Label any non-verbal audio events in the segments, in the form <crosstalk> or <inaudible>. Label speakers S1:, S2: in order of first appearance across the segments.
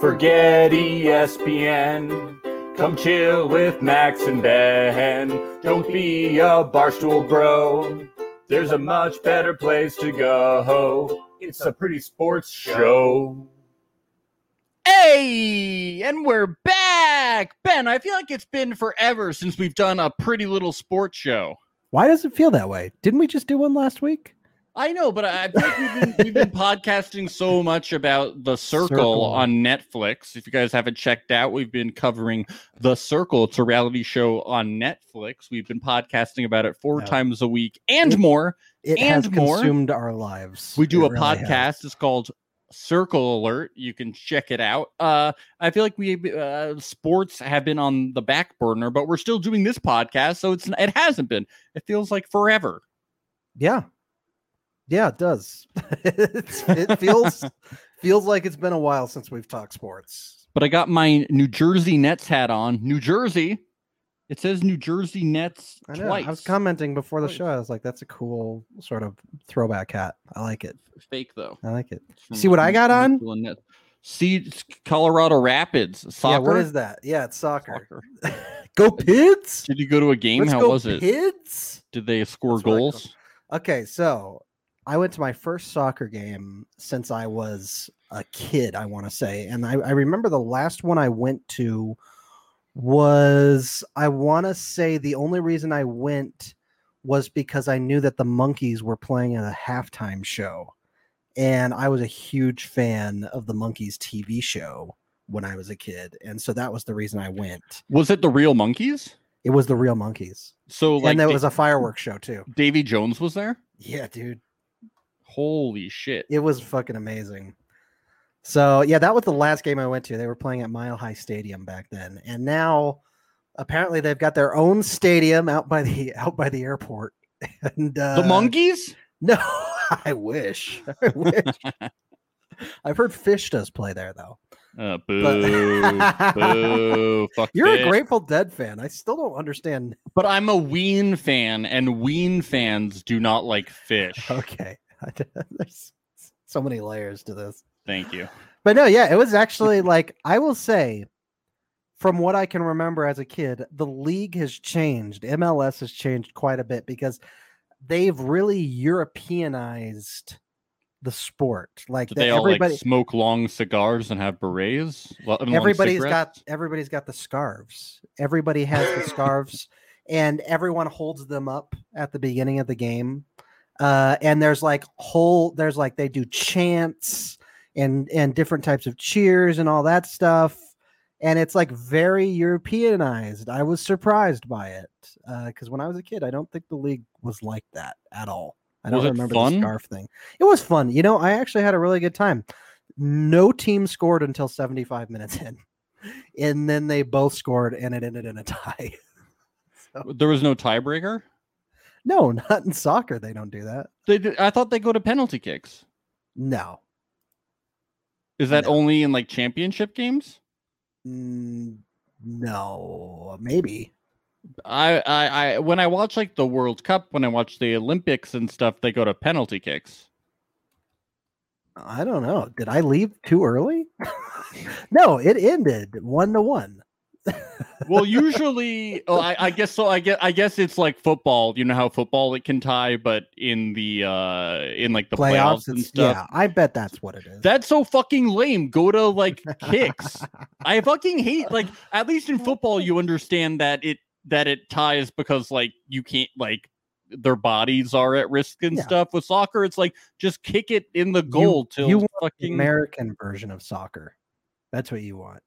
S1: Forget E ESPN. Come chill with Max and Ben. Don't be a barstool bro. There's a much better place to go. It's a pretty sports show.
S2: Hey, and we're back. Ben, I feel like it's been forever since we've done a pretty little sports show.
S3: Why does it feel that way? Didn't we just do one last week?
S2: I know, but I I feel like we've been, we've been podcasting so much about The Circle,
S3: Circle.
S2: on Netflix. If you guys haven't checked out, we've been covering The Circle. It's a reality show on Netflix. We've been podcasting about it four
S3: Yeah.
S2: times a week and
S3: It-
S2: more.
S3: It
S2: And
S3: has
S2: more.
S3: consumed our lives.
S2: We do
S3: It
S2: a
S3: really
S2: podcast.
S3: has.
S2: It's called Circle Alert. You can check it out. Uh, I feel like we uh, sports have been on the back burner, but we're still doing this podcast, so it's it hasn't been. It feels like forever.
S3: Yeah. Yeah, it does. <laughs> It's- it
S2: <laughs>
S3: feels feels like it's been a while since we've talked sports.
S2: But I got my New Jersey Nets hat on. New Jersey. It says New Jersey Nets
S3: I know.
S2: twice.
S3: I was commenting before the
S2: Twice.
S3: show. I was like, that's a cool sort of throwback hat. I like it.
S2: Fake though.
S3: I like it.
S2: It's from
S3: See what I got on?
S2: Newfoundland Nets. See it's Colorado Rapids soccer.
S3: Yeah, what is that? Yeah, it's soccer.
S2: Soccer.
S3: go Pids!
S2: Did you go to a game?
S3: Let's
S2: How
S3: go
S2: was it?
S3: Pids!
S2: Did they score
S3: That's what I call-
S2: goals?
S3: Okay, so I went to my first soccer game since I was a kid, I want to say. And I, I remember the last one I went to was, I want to say, the only reason I went was because I knew that the Monkeys were playing at a halftime show. And I was a huge fan of the Monkeys TV show when I was a kid. And so that was the reason I went.
S2: Was it the real monkeys?
S3: It was the real Monkeys.
S2: So like
S3: and there
S2: Da-
S3: was a fireworks show too.
S2: Davy Jones was there?
S3: Yeah, dude.
S2: Holy shit.
S3: it was fucking amazing. So yeah, that was the last game I went to. They were playing at Mile High Stadium back then, and now apparently they've got their own stadium out by the <laughs> out by the airport. And uh,
S2: the monkeys?
S3: <laughs> No, I wish.
S2: <laughs>
S3: I wish. I've heard Fish does play there though.
S2: Uh, boo. <laughs> boo. Fuck
S3: <laughs> You're
S2: this.
S3: a Grateful Dead fan. I still don't understand. <laughs>
S2: But I'm a Ween fan, and Ween fans do not like fish.
S3: <laughs> Okay, there's so many layers to this.
S2: Thank you.
S3: But no, yeah, it was actually like I will say, from what I can remember as a kid, the league has changed. MLS has changed quite a bit because they've really Europeanized the sport. Like
S2: Did
S3: that
S2: they all
S3: everybody,
S2: like smoke long cigars and have berets? Lo- and long
S3: everybody's
S2: cigarettes?
S3: got everybody's got the scarves. Everybody has the scarves, and everyone holds them up at the beginning of the game. Uh, and there's like whole there's like they do chants and and different types of cheers and all that stuff. And it's like very Europeanized. I was surprised by it because when I was a kid, I don't think the league was like that at all. I
S2: Was
S3: don't
S2: it
S3: remember
S2: fun?
S3: the scarf thing. It was fun. You know, I actually had a really good time. No team scored until 75 minutes in. And then they both scored and it ended in a <laughs> tie.
S2: There was no tiebreaker.
S3: No, not in soccer. They don't do that.
S2: They did, I thought they go to penalty kicks.
S3: No.
S2: Is that
S3: No.
S2: only in like championship games?
S3: Mm, No, maybe.
S2: I, I, I, when I watch like the World Cup, when I watch the Olympics and stuff, they go to penalty kicks.
S3: I don't know. Did I leave
S2: <laughs>
S3: too early? no, it ended one to one.
S2: well
S3: <laughs>
S2: usually oh, I, I guess so i guess i guess it's like football you know how football it can tie but in the uh in like the playoffs, and
S3: it's-
S2: stuff
S3: Yeah, I bet that's what it is.
S2: that's so fucking lame go to
S3: <laughs>
S2: like kicks i fucking hate like at least in football you understand that it that it ties because like you can't like their bodies are at risk and
S3: Yeah.
S2: stuff with soccer it's like just kick it in the goal till
S3: you want the
S2: fucking
S3: American version of soccer. That's what you want.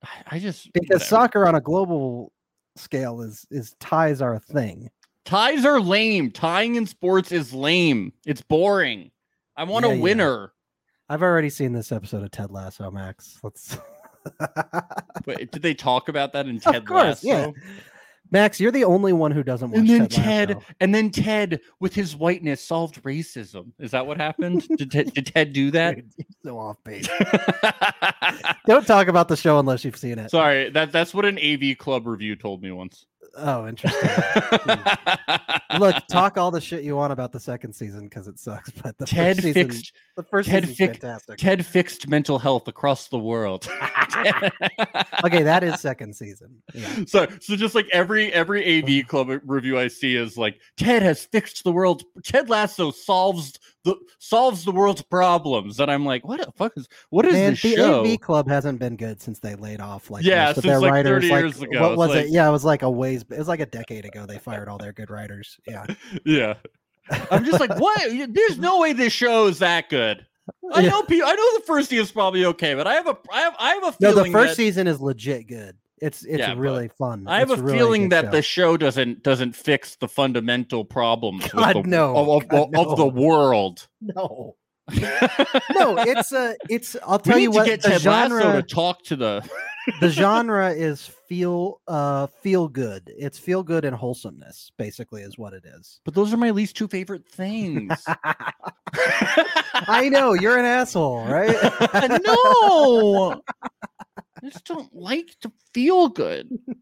S2: I- i just
S3: Because
S2: whatever.
S3: soccer on a global scale is is ties are a thing.
S2: Ties are lame. Tying in sports is lame. It's boring. I want
S3: Yeah,
S2: a
S3: yeah.
S2: winner.
S3: I've already seen this episode of Ted Lasso, Max. Let's <laughs>
S2: Wait, did they talk about that in Ted
S3: of course, yeah.
S2: Lasso?
S3: Max, you're the only one who doesn't watch
S2: And then
S3: Ted.
S2: Ted,
S3: Lasso.
S2: and then Ted with his whiteness solved racism. Is that what happened? <laughs> did, Ted, did Ted do that?
S3: Dude, <laughs> you're so off base.
S2: <laughs>
S3: Don't talk about the show unless you've seen it.
S2: Sorry, that that's what an AV club review told me once.
S3: Oh,
S2: <laughs>
S3: interesting. Hmm.
S2: Hmm.
S3: Look, talk all the shit you want about the second season because it sucks, but the
S2: Ted
S3: first season,
S2: fixed
S3: the first
S2: Ted
S3: season's
S2: fix-
S3: fantastic.
S2: Ted fixed mental health across the world. <laughs>
S3: okay, that is second season. Yeah.
S2: so so just like every every AV club review I see is like Ted has fixed the world. Ted Lasso solves the solves the world's problems, and I'm like, what the fuck is what is
S3: Man,
S2: this
S3: the
S2: show?
S3: AV club hasn't been good since they laid off like
S2: Yeah,
S3: most of
S2: since,
S3: their
S2: like, 30
S3: writers. like,
S2: years ago,
S3: what
S2: it's
S3: was
S2: like-
S3: it? Yeah, it was like a ways. It was like a decade ago. They fired all their good writers.
S2: <laughs>
S3: Yeah,
S2: yeah, I'm just like, what? There's no way this show is that good. I
S3: Yeah.
S2: know people. I know the first season's probably okay, but I have a I have I have a
S3: no,
S2: feeling
S3: the first
S2: that-
S3: season is legit good. It's it's
S2: Yeah, but
S3: really fun.
S2: I have
S3: It's
S2: a
S3: really
S2: feeling
S3: good
S2: that
S3: show.
S2: the show doesn't doesn't fix the fundamental problems with
S3: God,
S2: the-
S3: no.
S2: of, of,
S3: God,
S2: of the
S3: no.
S2: world.
S3: <laughs>
S2: <laughs>
S3: no,
S2: we
S3: no, it's a it's. I'll tell
S2: need
S3: you what.
S2: to get
S3: the
S2: Ted
S3: genre,
S2: Lasso to talk to the.
S3: the genre is feel uh feel good. It's feel good and wholesomeness, basically, is what it is.
S2: But those are my least two favorite
S3: <laughs>
S2: things.
S3: I know you're an asshole, <laughs> right?
S2: no, I just don't like to feel
S3: <laughs>
S2: good. <laughs>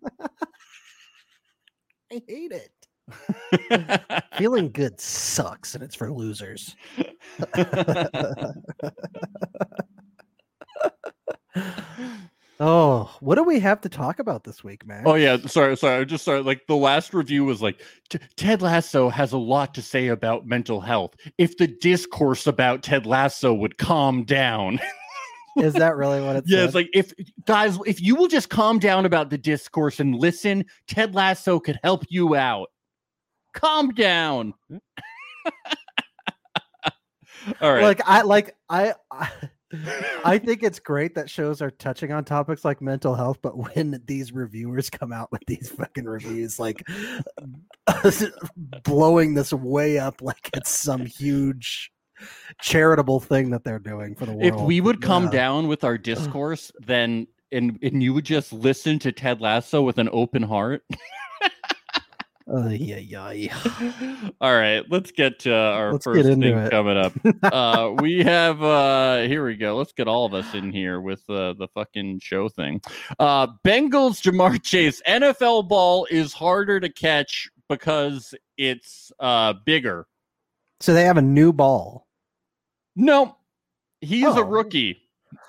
S3: I hate it. Feeling good sucks, and it's for losers. Oh, what do we have to talk about this week, man?
S2: Oh yeah, sorry, sorry. I just sorry. Like the last review was like, "T- Ted Lasso has a lot to say about mental health. If the discourse about Ted Lasso would calm down,
S3: Is that really what
S2: <laughs>
S3: it's?
S2: yeah, it's like if guys, if you will just calm down about the discourse and listen, Ted Lasso could help you out. Calm down.
S3: Hmm.
S2: <laughs> All right.
S3: like I like I, I I think it's great that shows are touching on topics like mental health, but when these reviewers come out with these fucking reviews, like <laughs> blowing this way up like it's some huge charitable thing that they're doing for the world.
S2: if we would come
S3: Yeah.
S2: down with our discourse, then and and you would just listen to Ted Lasso with an open heart.
S3: Oh, yeah, yeah, yeah.
S2: All right, let's get to our
S3: Let's get
S2: first
S3: into
S2: thing
S3: it.
S2: coming up.
S3: <laughs>
S2: uh, we have uh, here we go. Let's get all of us in here with uh, the fucking show thing. Uh, Bengals Jamar <laughs> Chase NFL ball is harder to catch because it's uh, bigger.
S3: So they have a new ball.
S2: No, he's
S3: Oh.
S2: a rookie.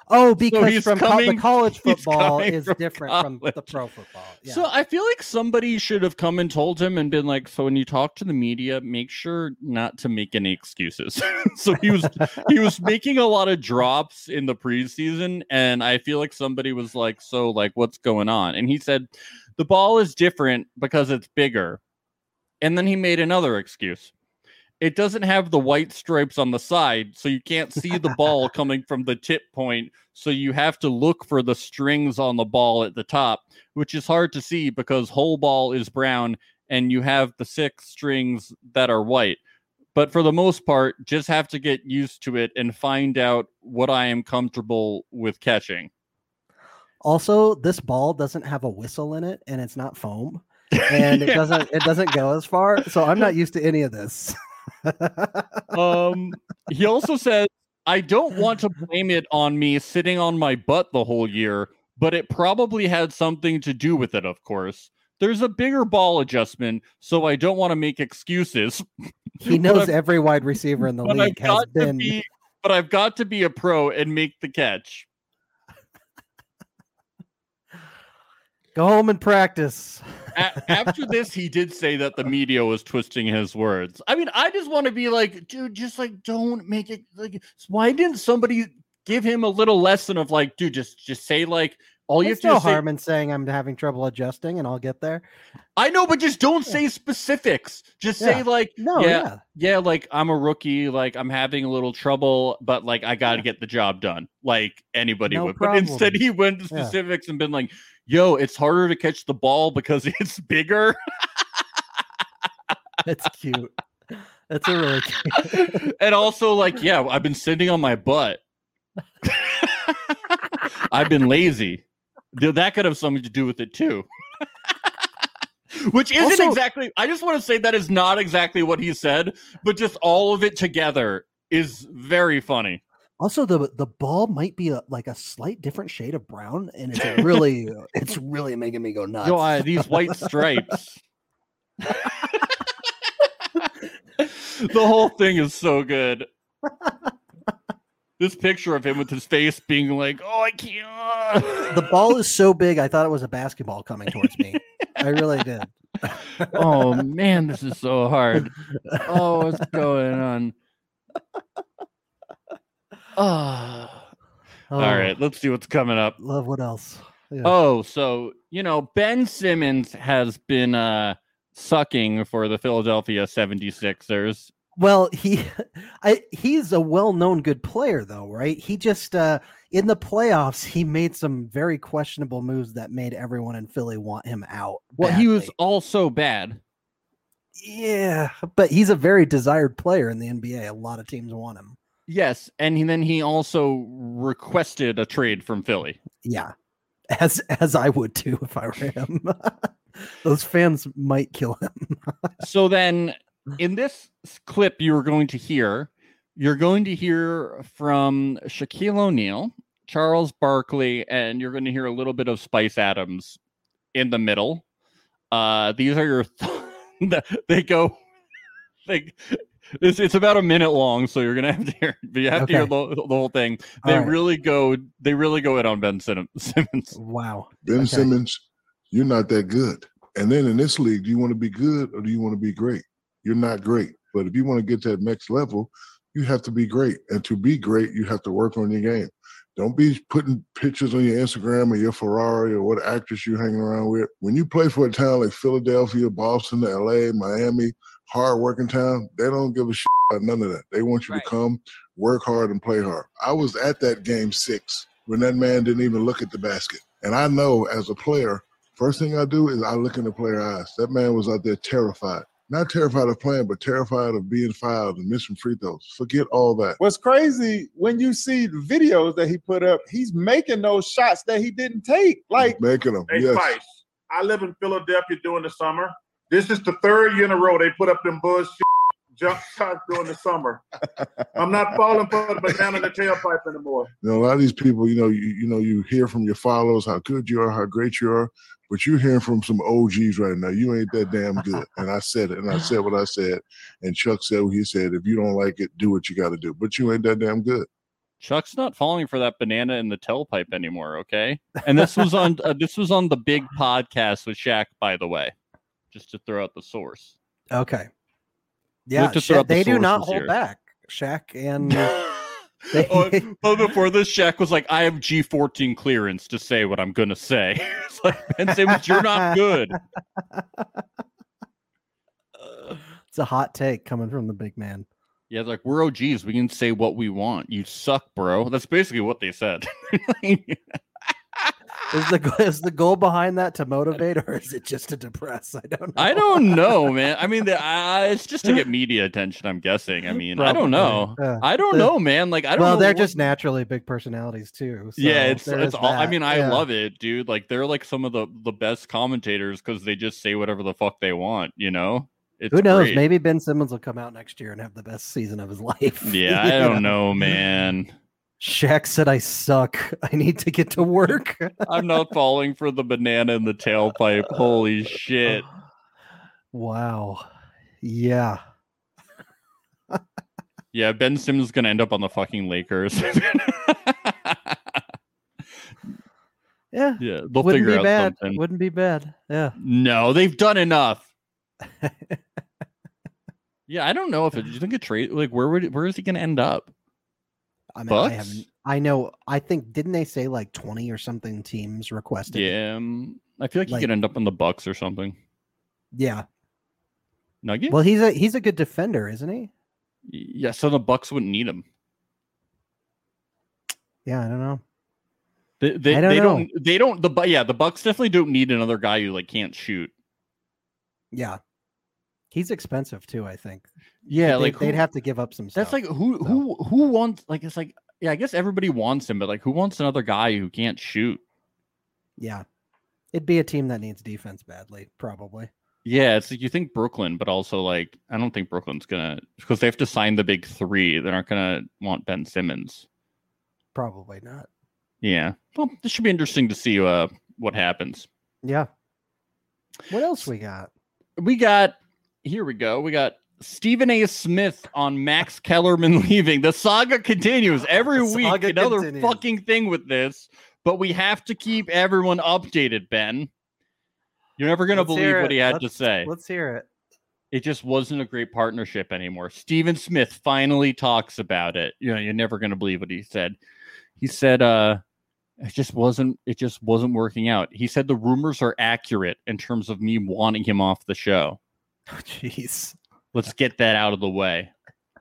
S3: Oh, because
S2: he's
S3: from co-
S2: coming-
S3: the college
S2: <laughs> he's
S3: football
S2: coming
S3: is
S2: from
S3: different from the
S2: college.
S3: pro football. Yeah.
S2: So I feel like somebody should have come and told him and been like, "So when you talk to the media, make sure not to make any excuses." <laughs> so he was he was making a lot of drops in the preseason, and I feel like somebody was like, "So like, what's going on?" And he said, "The ball is different because it's bigger." And then he made another excuse. It doesn't have the white stripes on the side, so you can't see the ball coming from the tip point. So you have to look for the strings on the ball at the top which is hard to see because whole ball is brown and you have the six strings that are white. But for the most part, just have to get used to it and find out what I am comfortable with catching.
S3: Also, this ball doesn't have a whistle in it, and it's not foam, and it
S2: Yeah.
S3: doesn't
S2: <laughs>
S3: it doesn't go as far. So I'm not used to any of this.
S2: Um, he also says, I don't want to blame it on me sitting on my butt the whole year, but it probably had something to do with it, of course. There's a bigger ball adjustment, so I don't want to make excuses, <laughs>
S3: he
S2: But
S3: knows
S2: I've-
S3: every wide receiver in the
S2: but I've
S3: league has
S2: got to
S3: been.
S2: be but I've got to be a pro and make the catch.
S3: Go home and practice.
S2: A- after this, he did say that the media was twisting his words. I mean, I just want to be like, dude, just like don't make it like. Why didn't somebody give him a little lesson of like, dude, just just say like all you
S3: There's
S2: have to
S3: no
S2: do is say-
S3: harm in saying I'm having trouble adjusting, and I'll get there.
S2: I know, but just don't say specifics. Just say
S3: Yeah.
S2: like,
S3: No,
S2: Yeah.
S3: yeah,
S2: yeah, like I'm a rookie, like I'm having a little trouble, but like I got to get the job done, like anybody
S3: No
S2: would. But instead,
S3: problem.
S2: he went to
S3: Yeah.
S2: specifics and been like, yo, it's harder to catch the ball because <laughs> it's
S3: <laughs>
S2: bigger.
S3: it's cute. It's a
S2: <laughs>
S3: really cute.
S2: and also like yeah i've been sitting on my
S3: <laughs>
S2: butt i've been lazy Dude, that could have something to do with it too <laughs> which isn't
S3: Also-
S2: exactly i just want to say that is not exactly what he said but just all of it together is very funny
S3: Also, the the ball might be a, like a slight different shade of brown, and it's really it's really making me go
S2: <laughs>
S3: nuts.
S2: Yo, I- these white
S3: <laughs>
S2: stripes. the whole thing is so good. This picture of him with his face being like, "Oh, I can't." <laughs>
S3: the ball is so big, I thought it was a basketball coming towards me. I really did.
S2: oh man, this is so hard. Oh, what's going on? Ah.
S3: <sighs>
S2: <laughs>
S3: Oh,
S2: All right, let's see what's coming up.
S3: Love what else? Yeah.
S2: Oh, so you know, Ben Simmons has been uh sucking for the Philadelphia 76ers.
S3: Well, he <laughs> I he's a well-known good player though, right? He just uh in the playoffs, he made some very questionable moves that made everyone in Philly want him out.
S2: Well, he was
S3: badly.
S2: also bad.
S3: Yeah, but he's a very desired player in the NBA. A lot of teams want him.
S2: Yes, and then he also requested a trade from Philly.
S3: Yeah. <laughs> As as I would too if I were him. <laughs> Those fans might kill him.
S2: so then in this s- clip you're going to hear you're going to hear from Shaquille O'Neal, Charles Barkley, and you're going to hear a little bit of Spice Adams in the middle. Uh, these are your <laughs> th- they go they it's, it's about a minute long, so you're gonna have to hear but you have to hear the, the whole thing. They
S3: All right.
S2: really go they really go in on Ben Sim- Simmons.
S3: Wow.
S4: Ben
S3: Okay.
S4: Simmons, you're not that good. And then in this league, do you want to be good or do you want to be great? You're not great. But if you want to get to that next level, you have to be great. And to be great, you have to work on your game. Don't be putting pictures on your Instagram or your Ferrari or what actress you're hanging around with. When you play for a town like Philadelphia, Boston, LA, Miami, hard working town, they don't give a shit about none of that. They want you
S2: Right.
S4: to come, work hard, and play hard. I was at that game six when that man didn't even look at the basket. And I know as a player, first thing I do is I look in the player's eyes. That man was out there terrified. Not terrified of playing, but terrified of being fouled and missing free throws. Forget all that.
S5: What's crazy when you see the videos that he put up, he's making those shots that he didn't take. Like
S4: making them.
S6: Hey,
S4: yes.
S6: Spice, I live in Philadelphia during the summer. This is the third year in a row they put up them bullshit jump shots during the summer. I'm not falling for the banana in the tailpipe anymore.
S4: You know, a lot of these people, you know, you, you know, you hear from your followers how good you are, how great you are, but you're hearing from some OGs right now. You ain't that damn good. And I said it, and I said what I said, and Chuck said what he said. If you don't like it, do what you got to do. But you ain't that damn good.
S2: <laughs> Chuck's not falling for that banana in the tailpipe anymore, okay? And this was on uh, this was on the big podcast with Shaq, by the way, just to throw out the <laughs> source.
S3: Okay. Yeah,
S2: have to
S3: Sha-
S2: throw out the
S3: they do not
S2: sources
S3: hold
S2: here.
S3: back. Shaq
S2: <laughs>
S3: and They-
S2: oh, oh, before this, Shaq was like, "I have G fourteen clearance to say what I'm gonna say." <laughs> it's like Ben Simmons, you're not good.
S3: it's a hot take coming from the big man.
S2: Yeah, it's like we're OGs, we can say what we want. You suck, bro. That's basically what they said. <laughs>
S3: Is the is the goal behind that to motivate or is it just to depress? I don't know.
S2: I don't know, man. I mean, the, I, it's just to get media attention. I'm guessing.
S3: <laughs>
S2: I mean, I don't know.
S3: Probably, yeah.
S2: I don't
S3: The-
S2: know, man. Like I don't.
S3: well,
S2: know
S3: they're
S2: what-
S3: just naturally big personalities too. so
S2: yeah, it's
S3: there
S2: it's
S3: is
S2: all. I
S3: that.
S2: mean, I
S3: Yeah.
S2: love it, dude. Like they're like some of the the best commentators because they just say whatever the fuck they want. You know, it's
S3: Who knows?
S2: great.
S3: Maybe Ben Simmons will come out next year and have the best season of his <laughs> life.
S2: <laughs> Yeah, I
S3: You <laughs>
S2: don't know, man.
S3: Shaq said, "I suck. <laughs> I need to get to work."
S2: I'm not falling for the banana in the tailpipe. Holy shit!
S3: wow. Yeah.
S2: Yeah, Ben Simmons is gonna end up on the fucking Lakers. <laughs>
S3: Yeah.
S2: yeah, they'll
S3: Wouldn't
S2: figure
S3: be
S2: out
S3: bad.
S2: something.
S3: Wouldn't be bad. Yeah.
S2: No, they've done enough. <laughs> yeah, I don't know if it, do you think a trade like where would where is he going to end up?
S3: I mean, I
S2: Bucks?
S3: haven't. I know. I think didn't they say like twenty or something teams requested?
S2: Yeah, um, I feel like,
S3: Like-
S2: he could end up in the Bucks or something.
S3: Yeah.
S2: Nugget?
S3: Well, he's a he's a good defender, isn't he?
S2: yeah, so the Bucks wouldn't need him.
S3: Yeah. I don't know.
S2: They they
S3: I don't
S2: they
S3: know.
S2: don't they don't the Bu- yeah, the Bucks definitely don't need another guy who like can't shoot.
S3: Yeah. He's expensive too. I think.
S2: Yeah,
S3: They-
S2: like
S3: they'd
S2: who-
S3: have to give up some.
S2: That's
S3: stuff.
S2: like who
S3: so.
S2: who who wants like it's like yeah, I guess everybody wants him, but like who wants another guy who can't shoot?
S3: yeah. It'd be a team that needs defense badly, probably.
S2: Yeah, it's like you think Brooklyn, but also like I don't think Brooklyn's gonna because they have to sign the big three. They're not gonna want Ben Simmons.
S3: Probably not.
S2: Yeah. Well, this should be interesting to see uh, what happens.
S3: Yeah. What else we got?
S2: We got here we go. We got Stephen A. Smith on Max Kellerman <laughs> leaving. The saga continues every
S3: The
S2: week.
S3: saga
S2: Another
S3: continues.
S2: fucking thing with this, but we have to keep everyone updated, Ben. You're never gonna
S3: Let's
S2: believe
S3: hear
S2: what
S3: it.
S2: he had to
S3: Let's-
S2: say.
S3: Let's hear it.
S2: it just wasn't a great partnership anymore. Steven Smith finally talks about it. You know, you're never going to believe what he said. He said, uh, it just wasn't it just wasn't working out. He said the rumors are accurate in terms of me wanting him off the show.
S3: Oh, Jeez.
S2: Let's get that out of the way.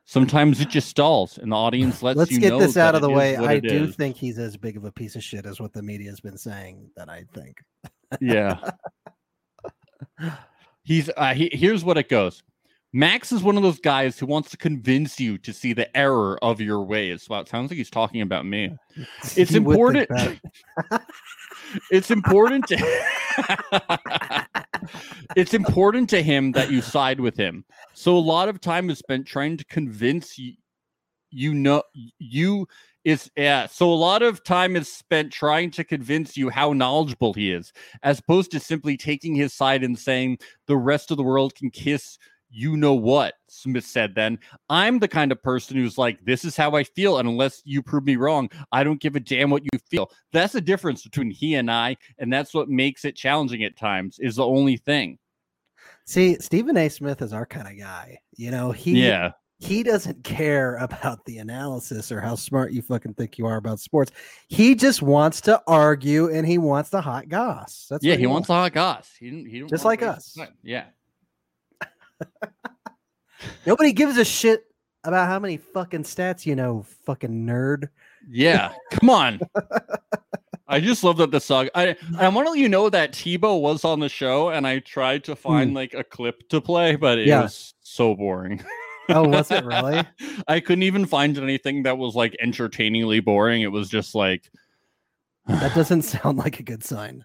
S2: Sometimes it just stalls and the audience lets
S3: Let's
S2: you
S3: get
S2: know
S3: this out
S2: that
S3: of the
S2: it is
S3: way.
S2: what
S3: I
S2: it
S3: do
S2: is.
S3: think he's as big of a piece of shit as what the media has been saying that I think.
S2: yeah. He's uh, he, here's what it goes. Max is one of those guys who wants to convince you to see the error of your ways. Wow, it sounds like he's talking about me. It's
S3: You would think
S2: important.
S3: that.
S2: <laughs> it's important to <laughs> It's important to him that you side with him. So a lot of time is spent trying to convince you you know you is yeah. So a lot of time is spent trying to convince you how knowledgeable he is, as opposed to simply taking his side and saying the rest of the world can kiss you know what Smith said then. I'm the kind of person who's like, this is how I feel. And unless you prove me wrong, I don't give a damn what you feel. That's the difference between he and I. And that's what makes it challenging at times, is the only thing.
S3: <laughs> See, Stephen A. Smith is our kind of guy. You know, he
S2: yeah.
S3: he doesn't care about the analysis or how smart you fucking think you are about sports. He just wants to argue and he wants the hot goss. That's
S2: Yeah.
S3: what
S2: He wants like us. He didn't, he didn't
S3: Just
S2: wanna
S3: like
S2: waste his
S3: us.
S2: time. Yeah.
S3: Nobody gives a shit about how many fucking stats you know, fucking nerd. <laughs>
S2: Yeah. Come on. I just love that the saga. I I want to let you know that Tebow was on the show, and I tried to find like a clip to play, but it
S3: Hmm. Yeah.
S2: was so boring. <laughs>
S3: Oh, was it really?
S2: I couldn't even find anything that was like entertainingly boring. It was just like
S3: That doesn't sound like a good sign.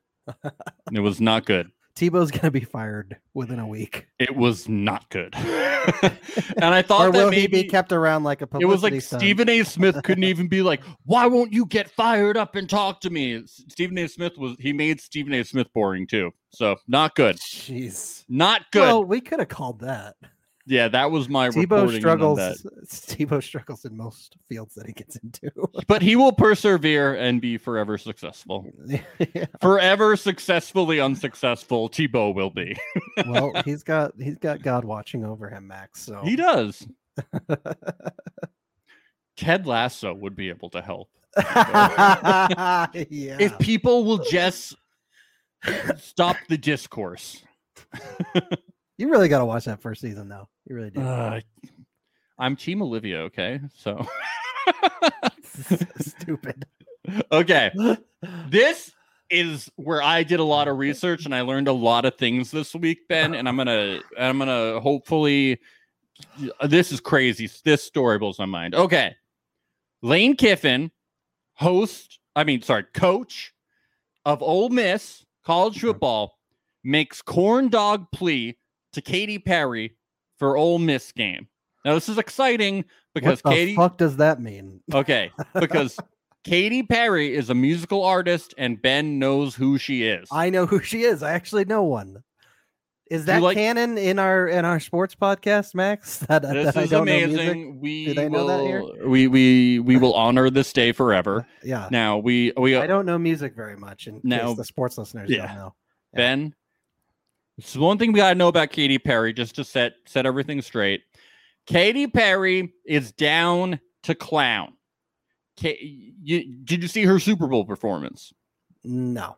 S2: it was not good.
S3: Tebow's gonna be fired within a week.
S2: It was not good. <laughs> and I thought
S3: Or
S2: that
S3: will he
S2: maybe
S3: be kept around like a
S2: it was
S3: publicity
S2: like
S3: stunt?
S2: Stephen A. Smith couldn't even be like, "Why won't you get fired up and talk to me?" S- Stephen A. Smith was he made Stephen A. Smith boring too, so not good.
S3: Jeez.
S2: Not good.
S3: Well, we could have called that.
S2: yeah, that was my reporting
S3: Tebow
S2: on
S3: struggles. <laughs>
S2: that.
S3: Tebow struggles in most fields that he gets into.
S2: But he will persevere and be forever successful.
S3: <laughs> Yeah.
S2: Forever successfully unsuccessful, Tebow will be.
S3: <laughs> well, he's got he's got God watching over him, Max. So
S2: He
S3: <laughs>
S2: does. Ted Lasso would be able to help.
S3: <laughs> yeah.
S2: If people will just stop the discourse.
S3: you really got to watch that first season, though. You really do.
S2: Uh, I'm Team Olivia, okay? So
S3: <laughs> Stupid. <laughs>
S2: okay. This is where I did a lot of research and I learned a lot of things this week, Ben. And I'm gonna I'm gonna hopefully this is crazy. This story blows my mind. Okay. Lane Kiffin, host, I mean, sorry, coach of Ole Miss college
S3: Mm-hmm.
S2: football, makes corn dog plea to Katy Perry for Ole Miss game. Now this is exciting because
S3: what the
S2: Katy
S3: fuck does that mean?
S2: Okay,
S3: <laughs>
S2: because Katy Perry is a musical artist, and Ben knows who she is.
S3: I know who she is. I actually know one. Is that
S2: like-
S3: canon in our in our sports podcast, Max? <laughs> That, that
S2: this
S3: I
S2: is
S3: don't know music?
S2: amazing. We
S3: they know that here?
S2: will, we we we will honor this day
S3: <laughs>
S2: forever.
S3: Yeah,
S2: Now we we
S3: I don't know music very much, and
S2: No.
S3: the sports listeners
S2: Yeah.
S3: don't know. yeah.
S2: Ben. It's one thing we gotta know about Katy Perry, just to set set everything straight. Katy Perry is down to clown. Ka- you, did you see her Super Bowl performance?
S3: No,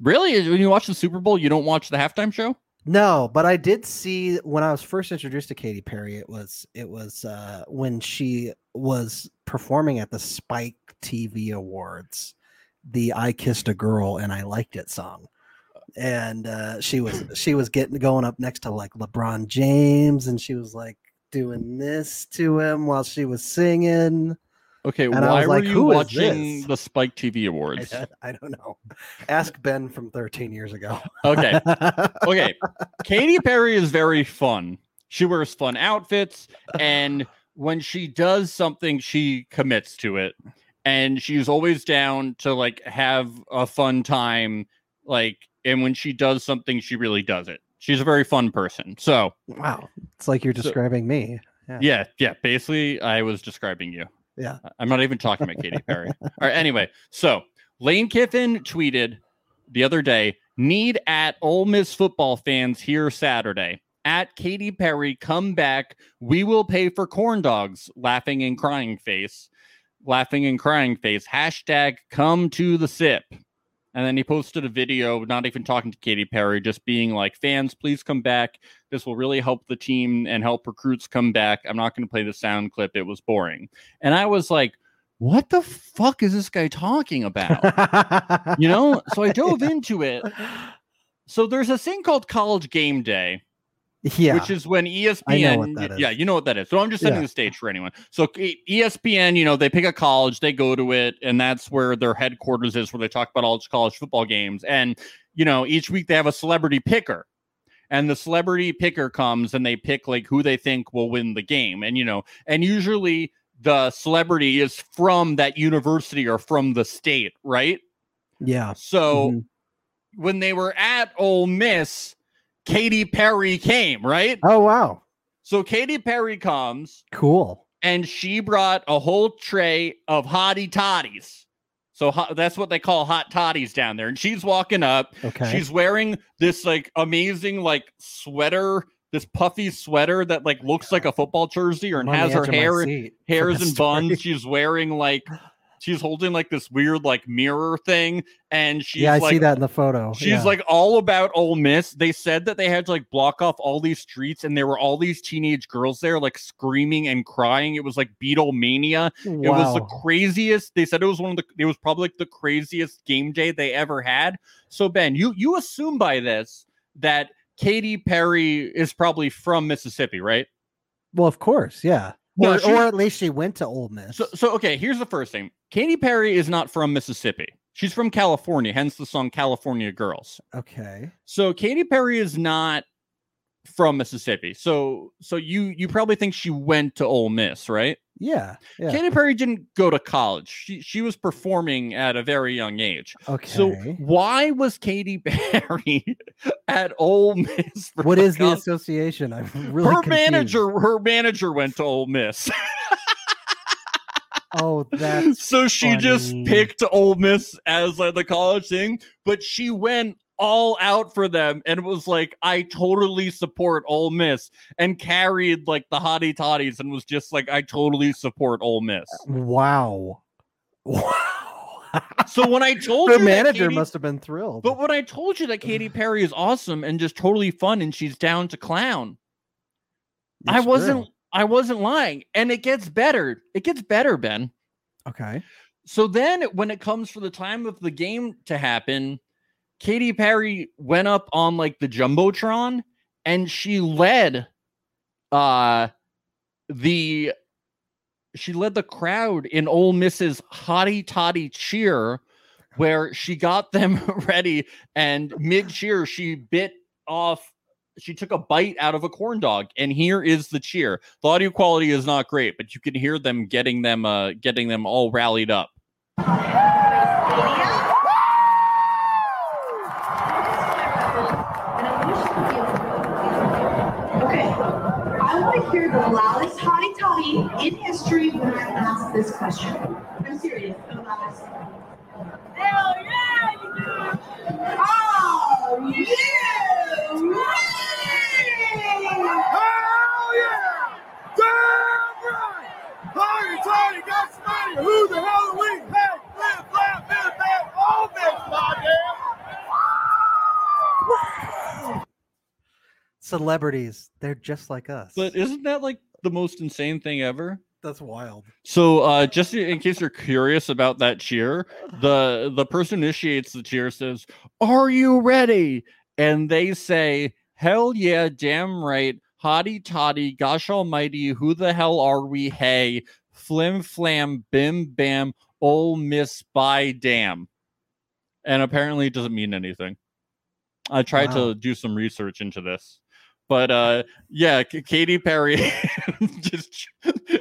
S2: Really? When you watch the Super Bowl, you don't watch the halftime show?
S3: No, but I did see when I was first introduced to Katy Perry. It was it was uh, when she was performing at the Spike TV Awards, the "I Kissed a Girl and I Liked It" song, and uh, she was she was getting going up next to like LeBron James, and she was like doing this to him while she was singing.
S2: Okay,
S3: I
S2: why
S3: was
S2: were
S3: like,
S2: you
S3: "Who is
S2: watching
S3: this?"
S2: the Spike TV <laughs>
S3: <laughs> I,
S2: Awards?
S3: I don't know. Ask Ben from 13 years ago.
S2: Okay, okay. Katy Perry is very fun. She wears fun outfits, and when she does something, she commits to it. and she's always down to like have a fun time. Like, and when she does something, she really does it. She's a very fun person. So,
S3: <laughs> Wow. It's like you're
S2: So-
S3: describing me.
S2: yeah, yeah. Basically, I was describing you.
S3: Yeah.
S2: I- I'm not even talking about Katy
S3: <laughs>
S2: Perry. All right. Anyway, so Lane Kiffin tweeted the other day: "Need at Ole Miss football fans here Saturday at Katy Perry. Come back. We will pay for corn dogs. Laughing and crying face. Laughing and crying face. Hashtag Come to the sip." And then he posted a video, not even talking to Katy Perry, just being like, "Fans, please come back this will really help the team and help recruits come back. I'm not going to play the sound clip. It was boring. And I was like, what the fuck is this guy talking
S3: <laughs>
S2: about? you know? So I dove into it. So there's a thing called college game day,
S3: yeah.
S2: which is when E ESPN.
S3: that is.
S2: Yeah, you know what that is. So I'm just setting
S3: Yeah.
S2: the stage for anyone. So E- ESPN, you know, they pick a college, they go to it, and that's where their headquarters is, where they talk about all its college football games. And you know, each week they have a celebrity picker. And the celebrity picker comes and they pick like who they think will win the game. And you know, and usually the celebrity is from that university or from the state, right?
S3: yeah.
S2: So
S3: Mhm.
S2: when they were at Ole Miss, Katy Perry came, right?
S3: Oh wow.
S2: So Katy Perry comes
S3: Cool.
S2: and she brought a whole tray of hottie toddies. So ho- that's what they call hot toddies down there. And she's walking up.
S3: Okay.
S2: She's wearing this like amazing like sweater, this puffy sweater that like looks like a football jersey or
S3: I'm
S2: and
S3: on the
S2: has her
S3: edge of my
S2: hair
S3: seat for
S2: hairs
S3: this
S2: and
S3: story.
S2: buns. She's wearing like she's holding like this weird like mirror thing and she's
S3: <laughs> Yeah, I
S2: like
S3: see that in the photo.
S2: She's
S3: Yeah.
S2: like all about Ole Miss. They said that they had to like block off all these streets, and there were all these teenage girls there, like screaming and crying. It was like Beatlemania. It was the
S3: Wow.
S2: craziest. They said it was one of the. It was probably like, the craziest game day they ever had. So Ben, you you assume by this that Katy Perry is probably from Mississippi, right?
S3: Well, of course, yeah.
S2: No,
S3: or,
S2: she-
S3: or at least she went to Ole Miss.
S2: So so okay. Here's the first thing. Katy Perry is not from Mississippi. She's from California, hence the song "California Girls."
S3: okay.
S2: So Katy Perry is not from Mississippi. So so you you probably think she went to Ole Miss, right?
S3: Yeah. Yeah.
S2: Katy Perry didn't go to college. She she was performing at a very young age.
S3: okay.
S2: So why was Katy <laughs> Perry at Ole Miss? for
S3: what is the
S2: college?
S3: association? I'm <laughs> really
S2: her
S3: confused.
S2: manager? Her manager went to Ole Miss,
S3: Oh, that's
S2: <laughs> so she just
S3: funny.
S2: picked Ole Miss as like the college thing. But she went all out for them and was like, "I totally support Ole Miss," and carried like the hottie toddies and was just like, "I totally support Ole Miss."
S3: wow. <laughs> Wow.
S2: So
S3: <laughs>
S2: when I told
S3: Her
S2: you that
S3: manager
S2: Katy-
S3: must have been thrilled.
S2: But when I told you that Katy Perry is awesome and just totally fun and she's down to clown, I
S3: That's true.
S2: wasn't I wasn't lying. And it gets better. It gets better, Ben.
S3: Okay.
S2: So then when it comes for the time of the game to happen, Katy Perry went up on like the Jumbotron and she led uh the she led the crowd in Ole Miss's hottie toddy cheer where she got <laughs> them ready and mid cheer she bit off she took a bite out of a corn dog and here is the cheer the audio quality is not great but you can hear them getting them uh getting them all rallied up
S7: Okay, I want to hear the loudest hottie toddy in history when I ask this question. I'm serious, the loudest. Hell yeah, you do! Oh, yeah!
S5: Hell yeah! Damn right! Party, party, got somebody. Who the hell are we? Hey, live, laugh, live, laugh, all this, goddamn.
S3: Celebrities, they're just like us.
S2: but isn't that like the most insane thing ever
S3: that's wild.
S2: So, uh, just in case you're curious about that cheer, the the person who initiates the cheer says, "Are you ready?" And they say, "Hell yeah, damn right, hottie toddy, gosh almighty, who the hell are we? Hey, flim flam, bim bam, ole miss by damn." And apparently, it doesn't mean anything. I tried
S3: Wow.
S2: to do some research into this, But uh, yeah, K- Katy Perry <laughs> just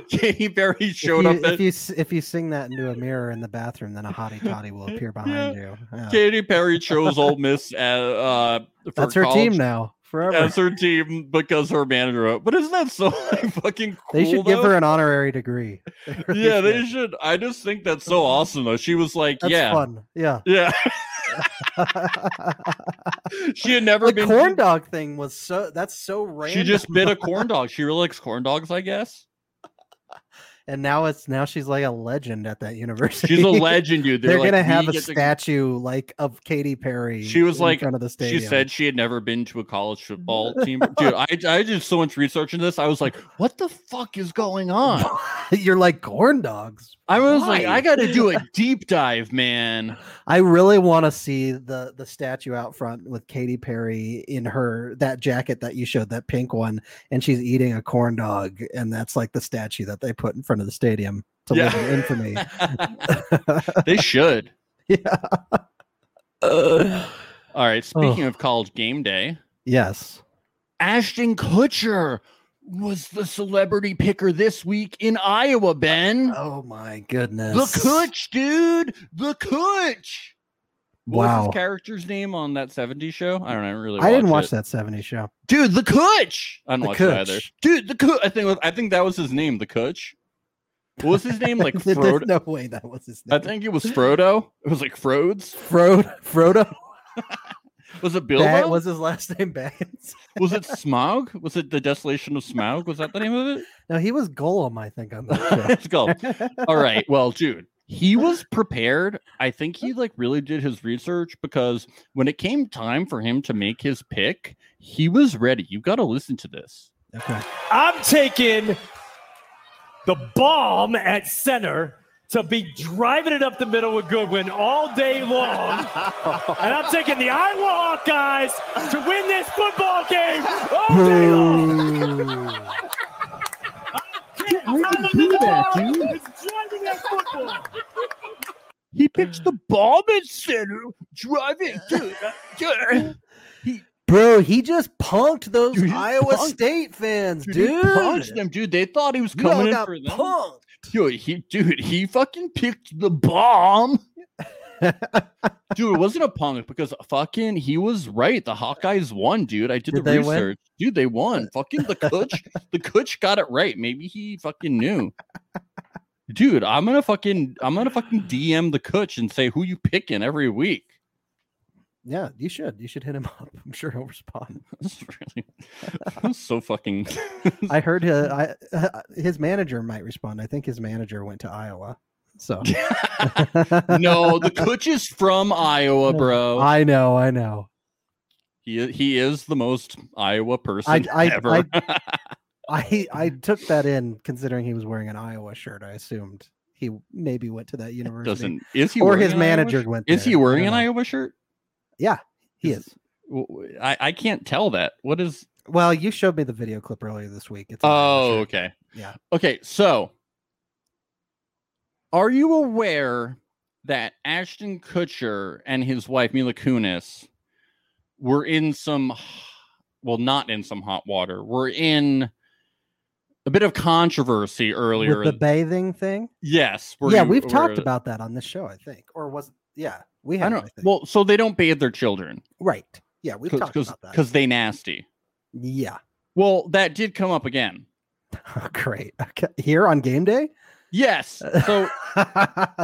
S2: Katy Perry showed
S3: if you,
S2: up. At,
S3: if you s- if you sing that into a mirror in the bathroom, then a hottie toddy
S2: <laughs>
S3: will appear behind you. Yeah.
S2: Katy Perry chose Ole Miss uh, uh, for
S3: That's her
S2: college-
S3: team now. Forever.
S2: That's her team because her manager. wrote- But isn't that so <laughs> like, fucking cool?
S3: they should give
S2: though?
S3: her an honorary
S2: <laughs>
S3: degree. <laughs> They really
S2: yeah, they
S3: should.
S2: should. I just think that's so awesome though. She was like,
S3: That's
S2: yeah,
S3: fun. Yeah.
S2: <laughs> yeah.
S3: the
S2: She had never been.
S3: corn dog thing was so that's so
S2: she
S3: random.
S2: just bit a corn dog. She really likes corn dogs, I guess.
S3: and now it's now she's like a legend at that university.
S2: She's
S3: <laughs>
S2: a legend, dude. They're,
S3: They're
S2: like,
S3: gonna have
S2: "We
S3: a
S2: get to-"
S3: statue like of Katy Perry.
S2: She was
S3: in
S2: like-
S3: front of the stadium.
S2: She said she had never been to a college football team. Dude, I, I did so much research into this. I was like, what the fuck is going on?
S3: <laughs> "You're like corn dogs."
S2: I was like,
S3: Why?
S2: I got to do a deep dive, man.
S3: I really want to see the the statue out front with Katy Perry in her that jacket that you showed, that pink one, and she's eating a corn dog, and that's like the statue that they put in front of the stadium to live in
S2: <laughs>
S3: infamy.
S2: they should.
S3: Yeah.
S2: All
S3: <laughs>
S2: right. Speaking of college game day,
S3: yes.
S2: Ashton Kutcher was the celebrity picker this week in Iowa, Ben.
S3: Oh my goodness.
S2: The Kutch, dude. The Kutch. What was
S3: Wow.
S2: his character's name on that 70s show? I don't know. I really
S3: I didn't watch
S2: it.
S3: that 70 show.
S2: Dude, the Kutch. I didn't
S3: The
S2: watch it either.
S3: Kutch.
S2: Dude, the Kutch. I think I think that was his name, the Kutch. What was his name? Like
S3: <laughs> There's
S2: Frodo.
S3: no way that was his name.
S2: I think it was Frodo. It was like Frodes.
S3: Frodo. Frodo.
S2: Was it Bilbo?
S3: That was his last name. Baggins.
S2: was it Smaug? Was it the Desolation of Smaug? Was that the name of
S3: <laughs>
S2: it?
S3: <laughs> No, he was Golem. I
S2: <laughs>
S3: think on that
S2: Let's go.
S3: show.
S2: All right. Well, dude, he was prepared. I think he like really did his research because when it came time for him to make his pick, he was ready. You got to listen to this.
S3: okay.
S8: I'm taking the bomb at center to be driving it up the middle with Goodwin all
S5: <laughs>
S8: day long. and I'm taking the Iowa Hawkeyes to win this football game all day long.
S5: Why do you do that, dude? It's driving that football.
S2: He picked
S3: <sighs>
S2: the bomb at center, driving. Dude, dude,
S3: Bro, he just punked those
S2: Dude, he
S3: Iowa
S2: punked-
S3: State fans, dude.
S2: dude, he punched them, dude. They thought he was
S3: You all
S2: coming in
S3: got
S2: for them.
S3: punked.
S2: Dude, he dude, he fucking picked the
S3: <laughs>
S2: bomb. dude, it wasn't a punk because fucking he was right. The Hawkeyes won, dude. I did,
S3: Did
S2: the
S3: they win?
S2: research. Dude, they
S3: <laughs>
S2: won. Fucking the coach, the coach got it right. Maybe he fucking knew. Dude, I'm gonna fucking I'm gonna fucking DM the coach and say who you picking every week. <laughs>
S3: Yeah, you should. You should hit him <laughs> up. I'm sure he'll respond.
S2: This is really this is so
S3: <laughs>
S2: fucking <laughs>
S3: I heard his, I, uh, his manager might respond. I think his manager went to Iowa. <laughs> So
S2: No, the coach is from Iowa, bro.
S3: I know, I know.
S2: He he is the most Iowa person
S3: I-
S2: ever.
S3: I I took that in considering he was wearing an Iowa shirt. I assumed he maybe went to that
S2: <laughs>
S3: university.
S2: Doesn't is he
S3: or
S2: wearing
S3: his
S2: an Iowa
S3: manager
S2: shirt?
S3: went.
S2: Is he
S3: there. I
S2: wearing an
S3: don't know.
S2: Iowa shirt?
S3: He is.
S2: W- w- I I can't tell that. What is?
S3: Well, you showed me the video clip earlier this week. It's an Iowa
S2: Oh,
S3: shirt.
S2: okay.
S3: Yeah.
S2: Okay. So, are you aware that Ashton Kutcher and his wife Mila Kunis were in some, h- well, not in some hot water. Were in a bit of controversy earlier.
S3: With the bathing thing.
S2: yes. were
S3: yeah,
S2: you
S3: we've
S2: aware
S3: talked
S2: of it?
S3: about that on this show, I think, or was yeah, we
S2: I
S3: have. I,
S2: don't.
S3: think.
S2: Well, so they don't bathe their children
S3: right. Yeah, we've talked
S2: because
S3: about that.
S2: because they nasty.
S3: yeah, <laughs>
S2: Well, that did come up again.
S3: great. Okay. Here on game day.
S2: Yes.
S3: <laughs>
S2: So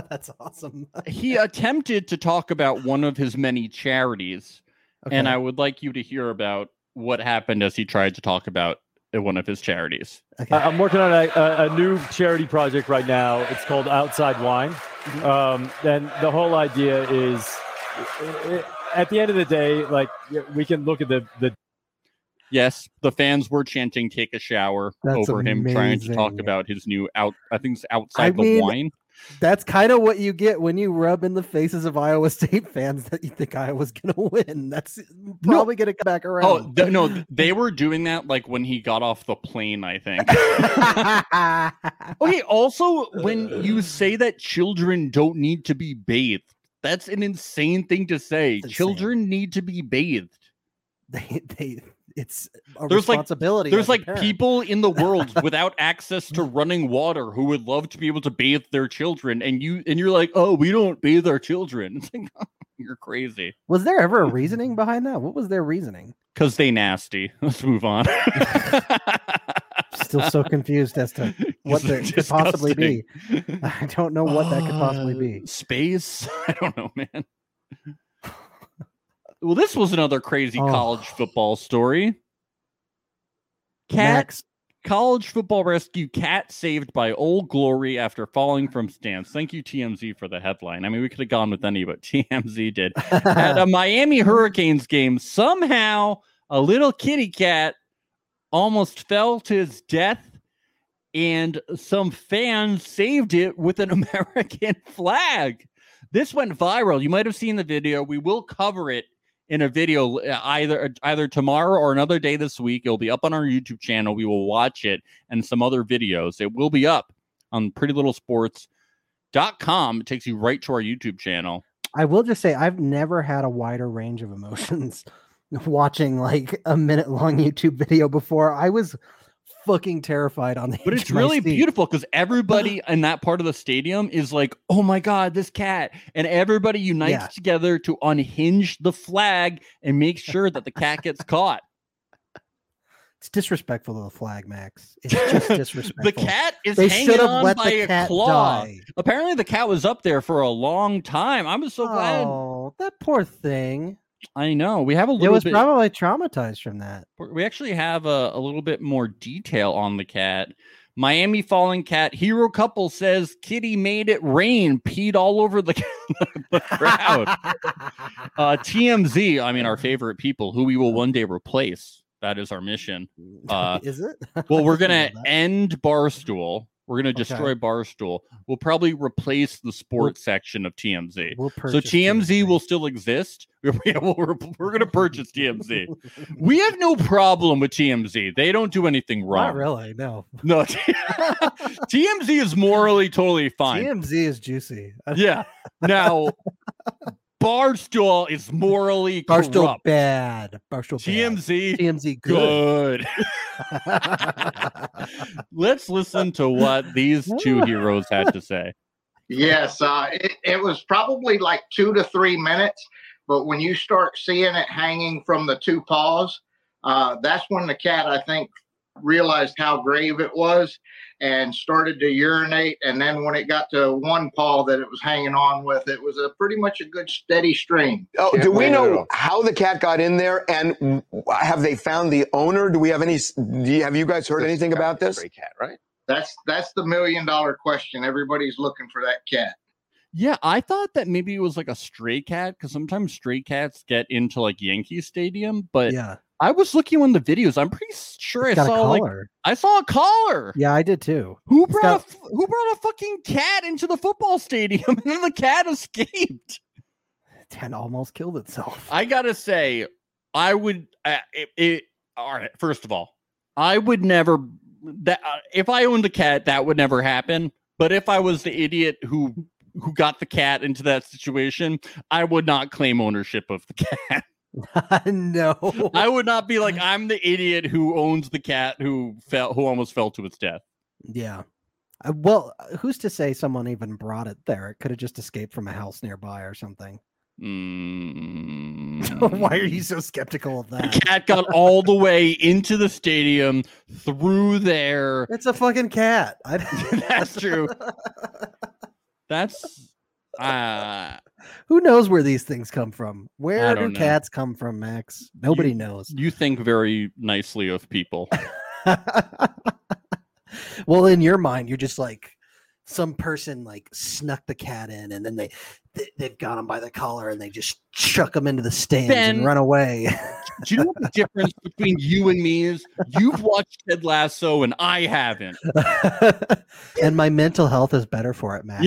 S3: that's awesome.
S2: he attempted to talk about one of his many charities, and I
S3: Okay,
S2: would like you to hear about what happened as he tried to talk about uh, one of his charities.
S3: okay.
S8: I- I'm working on a, a, a new charity project right now. It's called Outside Wine.
S5: Mm-hmm.
S8: Um, and the whole idea is i- i- at the end of the day, like we can look at the, the
S2: Yes, the fans were chanting "Take a shower"
S3: That's
S2: over him trying to talk
S3: amazing.
S2: about his new out. I think it's outside the
S3: mean,
S2: wine.
S3: That's kind of what you get when you rub in the faces of Iowa State fans that you think Iowa's going to win. That's probably going to come back
S2: Oh
S3: around.
S2: th- no, th- they were doing that like when he got off the plane. I think.
S3: <laughs>
S2: Okay, also
S3: Uh.
S2: when you say that children don't need to be bathed, that's an insane thing to say.
S3: It's insane.
S2: Children need to be bathed.
S3: <laughs> they, they, it's a
S2: There's like-
S3: responsibility.
S2: There's
S3: as a
S2: like
S3: parent.
S2: people in the world
S3: <laughs>
S2: without access to running water who would love to be able to bathe their children, and you and you're like, oh, we don't bathe our children. <laughs> It's like, "Oh, you're crazy
S3: Was there ever a reasoning behind that? What was their reasoning?
S2: because they nasty. <laughs> Let's move
S3: <laughs>
S2: on. <laughs>
S3: Still so confused as to what
S2: It's
S3: there could possibly be.
S2: disgusting.
S3: <laughs> I don't know what that could possibly
S2: Uh, <laughs>
S3: be.
S2: Space? I don't know, man. Well, this was another crazy
S3: Oh.
S2: college football story. Cat
S3: Max,
S2: college football rescue cat saved by old glory after falling from stands. Thank you, TMZ, for the headline. I mean, we could have gone with any, but <laughs> TMZ did. At a Miami Hurricanes game, somehow a little kitty cat almost fell to his death, and some fans saved it with an <laughs> American flag. This went viral. You might have seen the video. We will cover it in a video uh, either either tomorrow or another day this week. It'll be up on our YouTube channel. We will watch it and some other videos. It will be up on prettylittle.sports.com. It takes you right to our YouTube channel.
S3: <laughs> I will just say I've never had a wider range of emotions <laughs> watching like a minute long YouTube video before. I was fucking terrified on the
S2: But
S3: edge
S2: it's
S3: of my
S2: really
S3: seat.
S2: beautiful because
S3: <laughs>
S2: everybody in that part of the stadium is like, oh my God, this cat. And everybody unites
S3: Yeah.
S2: together to unhinge the flag and
S3: <laughs>
S2: make sure that the cat gets caught.
S3: It's disrespectful to the flag, Max. It's just disrespectful.
S2: <laughs> The cat is
S3: they should
S2: hanging
S3: have
S2: on
S3: let
S2: by
S3: the
S2: a
S3: cat
S2: claw.
S3: die.
S2: Apparently, the cat was up there for a long time. I'm so glad
S3: Oh, that poor thing.
S2: I know. We have a
S3: It
S2: little
S3: was
S2: bit.
S3: probably traumatized from that.
S2: we actually have a, a little bit more detail on the cat. Miami falling cat hero couple says kitty made it rain, peed all over the, <laughs> the crowd.
S3: <laughs>
S2: Uh, TMZ, I mean, our favorite people who we will one day replace. That is our mission. uh,
S3: <laughs> Is it?
S2: Well, we're
S3: I
S2: gonna
S3: didn't know that.
S2: end Barstool. We're gonna destroy Barstool. We'll probably replace the sports section of TMZ.
S3: We'll
S2: So
S3: purchase
S2: TMZ will still exist. <laughs> Yeah, we'll, we're, we're gonna purchase TMZ. we have no problem with TMZ. They don't do anything
S3: Not
S2: wrong.
S3: really. No.
S2: No, <laughs> TMZ is morally totally fine.
S3: TMZ is juicy. I-
S2: yeah.
S3: <laughs>
S2: Now, Barstool is morally
S3: Barstool
S2: corrupt.
S3: bad. Barstool bad.
S2: TMZ <laughs>
S3: TMZ good. <laughs>
S2: good. Let's listen to what these
S3: <laughs>
S2: two heroes had to say.
S9: Yes, uh, it, it was probably like two to three minutes, but when you start seeing it hanging from the two paws, uh, that's when the cat, I think, realized how grave it was and started to urinate. And then when it got to one paw that it was hanging on with, it was a pretty much a good steady stream.
S10: Oh,
S9: Can't
S10: do we
S9: wait at
S10: know
S9: all.
S10: how the cat got in there, and w- have they found the owner? Do we have any? s- Do you, have you guys heard anything about this?
S9: cat, right? That's that's the million dollar question. Everybody's looking for that cat.
S2: Yeah, I thought that maybe it was like a stray cat because sometimes stray cats get into like Yankee Stadium. But
S3: Yeah.
S2: I was looking on the videos. I'm pretty sure
S3: It's
S2: I
S3: got a
S2: saw like
S3: collar.
S2: I saw a collar.
S3: Yeah, I did too.
S2: Who
S3: It's
S2: brought
S3: got-
S2: a, f- who brought a fucking cat into the football stadium <laughs> and then the cat escaped?
S3: Ten almost killed itself. <laughs>
S2: I gotta say, I would. Uh, it, it, all right. First of all, I would never. That uh, if I owned a cat, that would never happen. But if I was the idiot who who got the cat into that situation, I would not claim ownership of the cat.
S3: no.
S2: <laughs> I would not be
S3: <laughs>
S2: like I'm the idiot who owns the cat who fell who almost fell to its death.
S3: Yeah. Uh, well, uh, who's to say someone even brought it there? It could have just escaped from a house nearby or something. <laughs> Why are
S2: Mm.
S3: you so
S2: <laughs>
S3: skeptical of
S2: The
S3: that?
S2: cat got all the way into the stadium through there. <laughs>
S3: It's a fucking cat. I, <laughs>
S2: That's true. That's uh
S3: Who knows where these things come from? Where do
S2: don't know.
S3: cats come from, Max? Nobody knows.
S2: you think very nicely of people.
S3: <laughs> well, in your mind, you're just like some person like snuck the cat in, and then they, they they've got him by the collar, and they just chuck him into the stands
S2: Ben-
S3: and run away. <laughs>
S2: Do you know what the difference between you and me is? You've watched Ted Lasso and I haven't. <laughs>
S3: and my mental health is better for it, Max.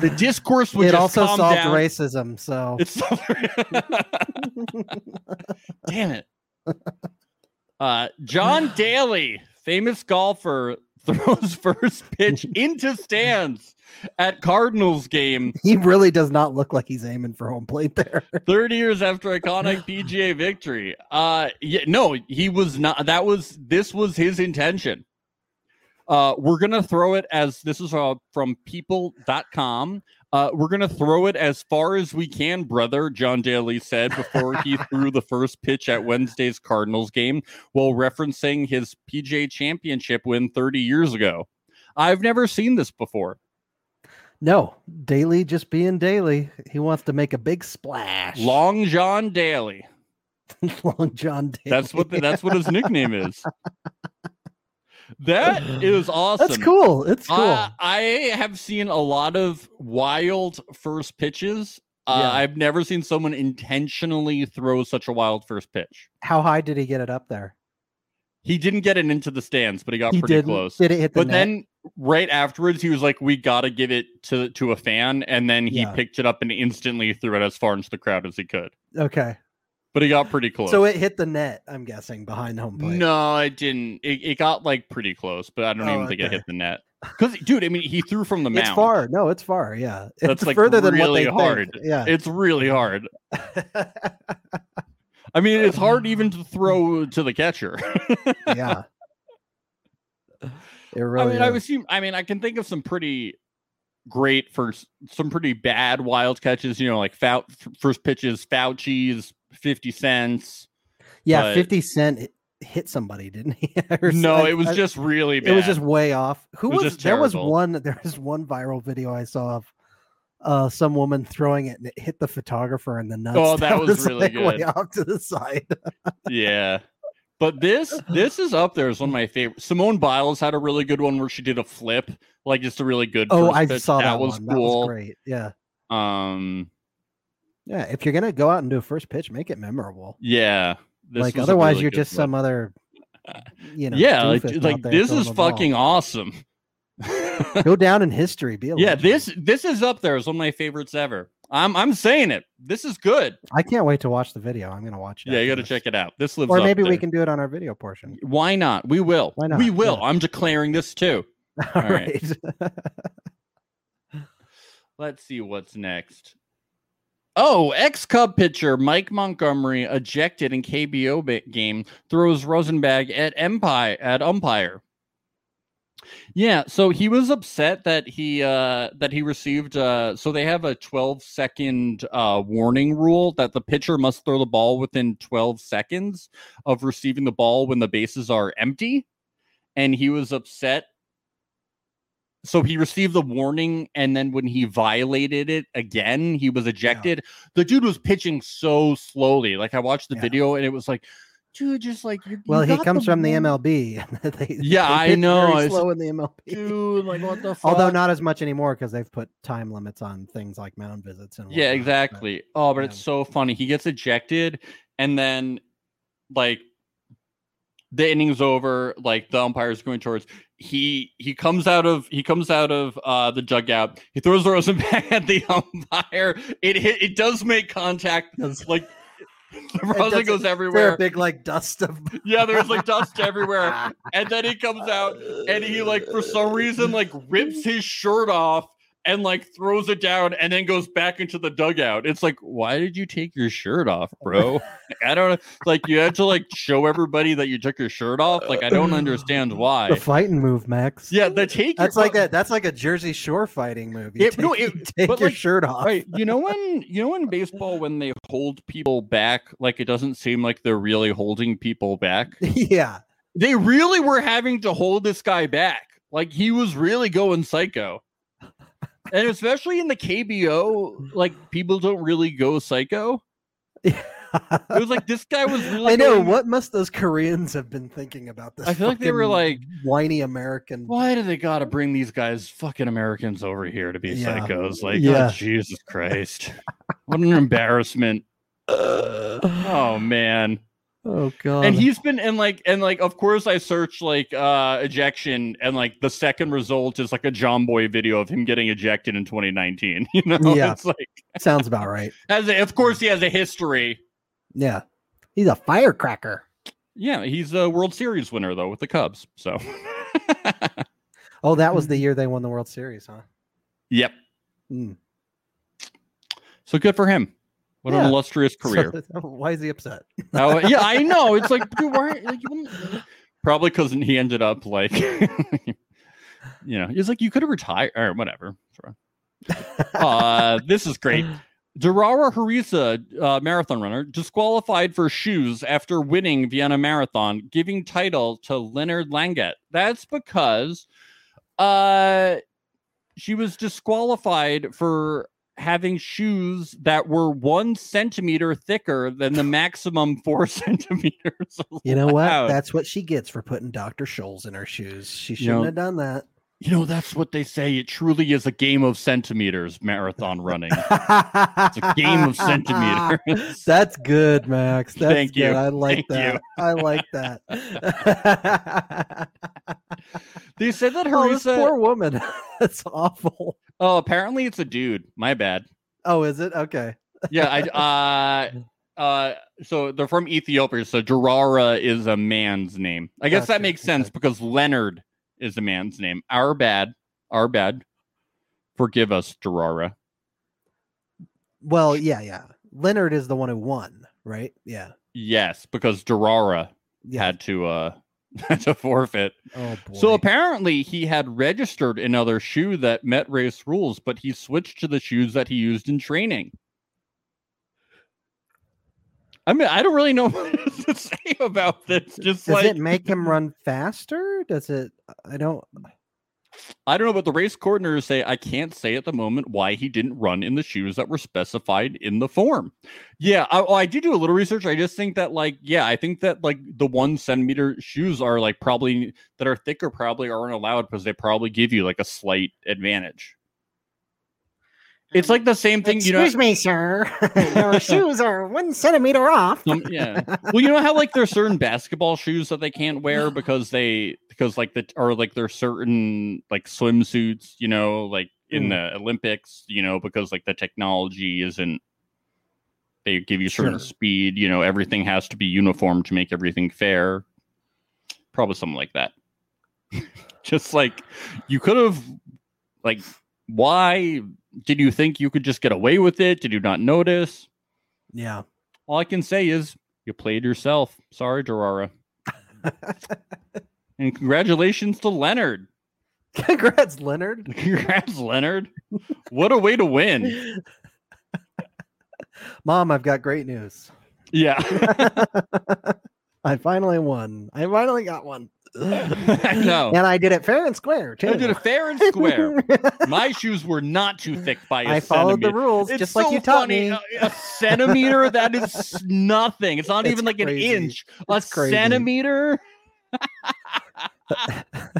S2: the discourse would
S3: it
S2: just
S3: also
S2: calm
S3: solved
S2: down.
S3: racism. So
S2: It's <laughs> damn it. Uh, John Daly, famous golfer, <laughs> throws first pitch into stands at Cardinals game
S3: <laughs> He really does not look like he's aiming for home plate there.
S2: 30 years after iconic PGA victory. Uh yeah, no, he was not that was this was his intention. Uh we're going to throw it as this is uh, from people.com. Uh we're going to throw it as far as we can, brother, John Daly said before he threw the first pitch at Wednesday's Cardinals game while referencing his PGA championship win 30 years ago. I've never seen this before.
S3: No, Daly just being Daly. He wants to make a big splash.
S2: Long John Daly.
S3: <laughs> Long John Daly.
S2: That's what the, that's what his nickname is. That is awesome.
S3: That's cool. It's cool.
S2: Uh, I have seen a lot of wild first pitches. Uh,
S3: Yeah.
S2: I've never seen someone intentionally throw such a wild first pitch.
S3: How high did he get it up there?
S2: He didn't get it into the stands, but he got
S3: He
S2: pretty
S3: did.
S2: close.
S3: Did it hit the
S2: but
S3: net?
S2: then right afterwards, he was like, "We got to give it to to a fan," and then he
S3: Yeah.
S2: picked it up and instantly threw it as far into the crowd as he could.
S3: okay,
S2: But he got pretty close.
S3: so it hit the net. I'm guessing behind home plate.
S2: No, it didn't. It, it got like pretty close, but I don't
S3: Oh,
S2: even think it
S3: okay.
S2: hit the net. Because, dude, I mean, he threw from the mound.
S3: it's far. No, it's far. Yeah, <laughs> it's
S2: That's, like,
S3: further than what
S2: really
S3: they think.
S2: hard. <laughs>
S3: Yeah,
S2: It's really
S3: <laughs>
S2: hard. I mean, it's hard even to throw to the catcher. <laughs>
S3: yeah. It really.
S2: I mean, I
S3: is.
S2: would assume. I mean, I can think of some pretty great first, some pretty bad wild catches. You know, like Fou- f- first pitches, Fauci's, Fifty Cents.
S3: yeah.
S2: but-
S3: Fifty Cent hit- hit somebody, didn't he? <laughs> Or
S2: No,
S3: some-
S2: it was
S3: I-
S2: just really
S3: it
S2: bad.
S3: was just way off. Who
S2: It was
S3: was,
S2: just
S3: there was
S2: terrible.
S3: one there was one viral video I saw of uh some woman throwing it and it hit the photographer in the nuts. <laughs>
S2: Oh, that was really
S3: like
S2: good.
S3: way off to the side.
S2: yeah. But
S3: <laughs>
S2: this this is up there as one of my favorite. Simone Biles had a really good one where she did a flip, like just a really good.
S3: Oh,
S2: first
S3: I
S2: pitch.
S3: saw that,
S2: was
S3: one. That
S2: cool.
S3: was great. Yeah.
S2: Um,
S3: Yeah. If you're gonna go out and do a first pitch, make it memorable.
S2: yeah. This
S3: like
S2: was a
S3: otherwise
S2: really
S3: you're
S2: good
S3: just
S2: one. <laughs>
S3: some other you know,
S2: yeah, like,
S3: doofus out
S2: like
S3: there
S2: this
S3: throwing
S2: is
S3: the ball.
S2: fucking awesome. <laughs>
S3: go down in history. Be a
S2: yeah,
S3: legend.
S2: this this is up there as one of my favorites ever. I'm I'm saying it. This is good.
S3: I can't wait to watch the video. I'm gonna watch it.
S2: Yeah, you got to
S3: afterwards.
S2: check it out. This lives.
S3: Or
S2: up
S3: maybe we
S2: there.
S3: can do it on our video portion.
S2: Why not? We will.
S3: Why not?
S2: We will.
S3: Yeah.
S2: I'm declaring this too.
S3: <laughs> All
S2: right.
S3: right.
S2: Let's see what's next. Oh, ex Cub pitcher Mike Montgomery ejected in KBO ba- game throws Rosenbag at empire at umpire. Yeah, so he was upset that he uh, that he received. Uh, so they have a 12 second uh, warning rule that the pitcher must throw the ball within 12 seconds of receiving the ball when the bases are empty, and he was upset so he received the warning and then when he violated it again he was ejected the dude was pitching so slowly like i watched the
S3: Yeah.
S2: video and it was like dude just like you, you
S3: Well, he
S2: got
S3: comes from the
S2: warning,
S3: MLB. and <laughs> they,
S2: Yeah,
S3: they
S2: I
S3: pitch
S2: know,
S3: very
S2: I s-
S3: slow in the MLB.
S2: dude like what the fuck?
S3: <laughs> Although not as much anymore because they've put time limits on things like mound visits and
S2: yeah
S3: whatnot, but-
S2: exactly oh but
S3: yeah.
S2: it's so funny he gets ejected and then like the inning's over like the umpire's going towards he he comes out of he comes out of uh the dugout he throws the <laughs> rosen back at the umpire it hit it does make contact because
S3: <laughs>
S2: like the rosin
S3: doesn't-
S2: goes
S3: Is there
S2: everywhere
S3: a big like dust of
S2: yeah there's like dust everywhere and then he comes out and he like for some reason like rips his shirt off and like throws it down and then goes back into the dugout. It's like, why did you take your shirt off, bro? I don't know. Like you had to like show everybody that you took your shirt off. Like I don't understand
S3: the
S2: why.
S3: fighting move, Max?
S2: Yeah, the take.
S3: that's
S2: your-
S3: like a that's like a Jersey Shore fighting move. You <laughs>
S2: It-
S3: take,
S2: no,
S3: you
S2: it-
S3: take
S2: but,
S3: your
S2: like,
S3: shirt off.
S2: Right. You know when you know in baseball when they hold people back, like it doesn't seem like they're really holding people back.
S3: <laughs> yeah,
S2: They really were having to hold this guy back. Like he was really going psycho. And especially in the KBO, like people don't really go psycho. It was like this guy was really
S3: <laughs> I know.
S2: going-
S3: What must those Koreans have been thinking about this?
S2: I feel like they were
S3: fucking
S2: like,
S3: whiny American.
S2: why do they gotta bring these guys fucking Americans over here to be
S3: Yeah.
S2: psychos? Like,
S3: Yeah.
S2: oh, Jesus Christ. what an embarrassment. oh man.
S3: <laughs> Oh god.
S2: and he's been and like and like of course I search like uh ejection and like the second result is like a John Boy video of him getting ejected in 2019. <laughs> You know,
S3: Yeah.
S2: it's like
S3: sounds about right.
S2: has a, of course he has a history.
S3: Yeah, he's a firecracker.
S2: <laughs> Yeah, he's a World Series winner though with the Cubs. So
S3: Oh, that was the year they won the World Series, huh? <laughs>
S2: Yep.
S3: Mm.
S2: So good for him. What an
S3: Yeah.
S2: illustrious
S3: So,
S2: career.
S3: <laughs> why is he upset?
S2: Oh, yeah, I know. It's like, dude, why? Like, you wouldn't- probably because he ended up like, <laughs> you know, he's like, you could have retired or whatever. Sure. Uh, this is great. Durara Harisa, uh, marathon runner, disqualified for shoes after winning Vienna Marathon, giving title to Leonard Langat. That's because uh, she was disqualified for having shoes that were one centimeter thicker than the maximum four <laughs> centimeters.
S3: You know what?
S2: allowed.
S3: That's what she gets for putting Dr. Scholes in her shoes. She shouldn't
S2: know-
S3: have done that.
S2: you know, that's what they say. It truly is a game of centimeters, marathon running.
S3: it's
S2: a game of centimeters.
S3: <laughs> That's
S2: <laughs>
S3: good, Max. That's
S2: Thank
S3: good.
S2: you.
S3: I like
S2: Thank you.
S3: that. <laughs> I like
S2: <laughs>
S3: that.
S2: <laughs> they said
S3: <laughs>
S2: that
S3: oh, this
S2: Harisa.
S3: poor woman. <laughs> That's awful.
S2: oh, apparently it's a dude. My bad.
S3: Oh, is it? Okay.
S2: Yeah,
S3: <laughs>
S2: I. Uh, uh, so they're from Ethiopia. So Durara is a man's name. I guess that
S3: Gotcha,
S2: makes sense
S3: okay.
S2: because Leonard is a man's name. Our bad. Our bad. Forgive us, Durara.
S3: Well, yeah, yeah. Leonard is the one who won, right? Yeah.
S2: Yes, because Durara
S3: Yeah.
S2: had to uh <laughs> had to forfeit.
S3: Oh boy.
S2: So apparently he had registered another shoe that met race rules, but he switched to the shoes that he used in training. I mean, I don't really know <laughs> what else to say about this. Just
S3: does
S2: like
S3: it make him run faster? Does it? I don't.
S2: I don't know, but the race coordinators say I can't say at the moment why he didn't run in the shoes that were specified in the form. Yeah, I, oh, I did do a little research. I just think that, like, yeah, I think that like the one centimeter shoes are like probably that are thicker probably aren't allowed because they probably give you like a slight advantage. It's like the same thing, you know.
S3: me, sir.
S2: <laughs> Your shoes
S3: are one centimeter off.
S2: some- Um, yeah. Well, you know how like there's certain basketball shoes that they can't wear because they because like the or like there's certain like swimsuits, you know, like in
S3: Mm.
S2: the Olympics, you know, because like the technology isn't they give you certain
S3: Sure.
S2: speed, you know, everything has to be uniform to make everything fair. Probably something like that. <laughs> just like you could have like why did you think you could just get away with it? Did you not notice?
S3: Yeah. <laughs>
S2: All I can say is you played yourself. Sorry,
S3: <laughs>
S2: Durara. and congratulations to Leonard. <laughs>
S3: Congrats, Leonard.
S2: Congrats, Leonard. What a way to win.
S3: Mom, I've got great news.
S2: <laughs> Yeah.
S3: <laughs> I finally won. I finally got one.
S2: <laughs>
S3: <laughs>
S2: I know.
S3: And I did it fair and square, too.
S2: I did it fair and
S3: <laughs>
S2: square. My shoes were not too thick by a
S3: I followed
S2: centimeter.
S3: the rules
S2: It's
S3: just like
S2: so
S3: you taught
S2: funny. Uh,
S3: me.
S2: A, a centimeter, that is nothing. It's not
S3: It's
S2: even like
S3: crazy.
S2: an inch. A
S3: It's crazy. <laughs>
S2: centimeter. <laughs>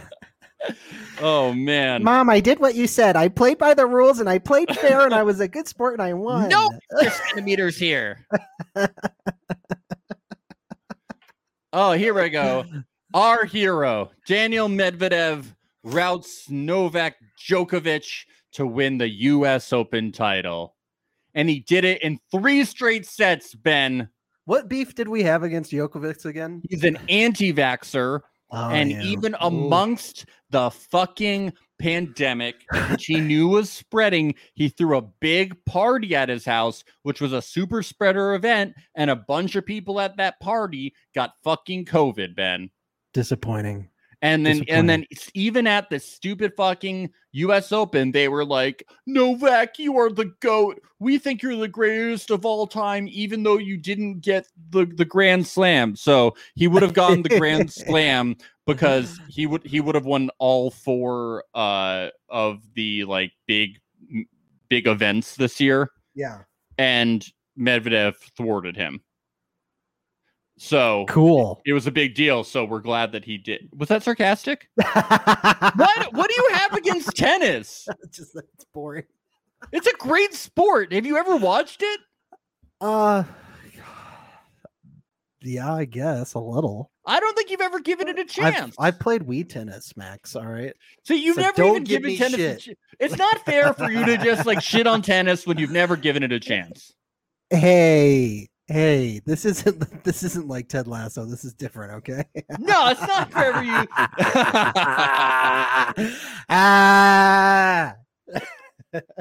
S2: oh man.
S3: Mom, I did what you said. I played by the rules and I played fair and I was a good
S2: <laughs>
S3: sport and I won.
S2: Nope. centimeters here. oh, here we go. Our hero, Daniel Medvedev, routs Novak Djokovic to win the U.S. Open title. And he did it in three straight sets, Ben.
S3: What beef did we have against Jokovic again?
S2: He's an anti vaxxer.
S3: Oh,
S2: and
S3: yeah.
S2: even
S3: Ooh.
S2: amongst the fucking pandemic, which he knew was spreading, he threw a big party at his house, which was a super spreader event, and a bunch of people at that party got fucking COVID, Ben.
S3: disappointing.
S2: And then, and then, s- even at the stupid fucking U.S. Open, they were like, "Novak, you are the goat. We think you're the greatest of all time, even though you didn't get the the Grand Slam." So he would have gotten the Grand Slam because he would he would have won all four uh, of the like big m- big events this year
S3: Yeah.
S2: and Medvedev thwarted him. So <laughs>
S3: Cool. <laughs>
S2: it was a big deal. So we're glad that he did. Was that sarcastic? What What do you have against tennis?
S3: Just that's boring.
S2: It's a great sport. Have you ever watched it?
S3: Uh yeah, I guess a little.
S2: I don't think you've ever given it a
S3: I've,
S2: chance.
S3: I've played Wii tennis, Max. All right.
S2: so you've
S3: so
S2: never
S3: don't
S2: even
S3: give
S2: given
S3: me
S2: tennis. A
S3: shit.
S2: ch- it's not fair for you to just like shit on tennis when you've never given it a chance.
S3: Hey, Hey, this isn't <laughs> this isn't like Ted Lasso. This is different, okay?
S2: No, it's not forever
S3: <laughs>
S2: you.
S3: ah,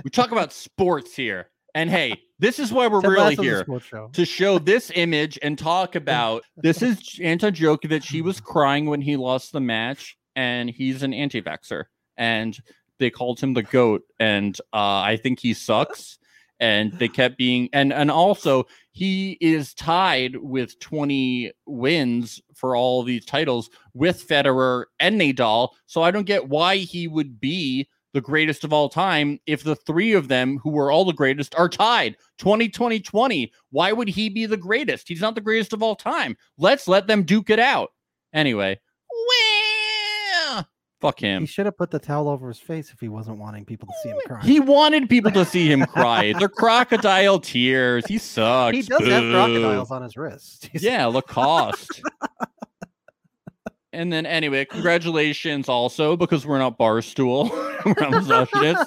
S2: we talk about sports here. And hey, this is why we're
S3: Ted
S2: really
S3: Lasso's a
S2: here
S3: sports show.
S2: to show this image and talk about this is Anton Djokovic. He was crying when he lost the match, and he's an anti-vaxxer. And they called him the goat, and uh, I think he sucks. And they kept being and and also he is tied with 20 wins for all these titles with Federer and Nadal. So I don't get why he would be the greatest of all time if the three of them who were all the greatest are tied 20 20 20 why would he be the greatest he's not the greatest of all time let's let them duke it out anyway wah! fuck
S3: He
S2: him
S3: should have put the towel over his face if he wasn't wanting people to see him crying.
S2: he wanted people to see him cry
S3: <laughs>
S2: they're crocodile tears he sucks
S3: He does have
S2: Boo.
S3: crocodiles on his wrist. <laughs> He's-
S2: yeah lacoste and then anyway congratulations also because we're not barstool <laughs> we're not
S3: <laughs>
S2: misogynists.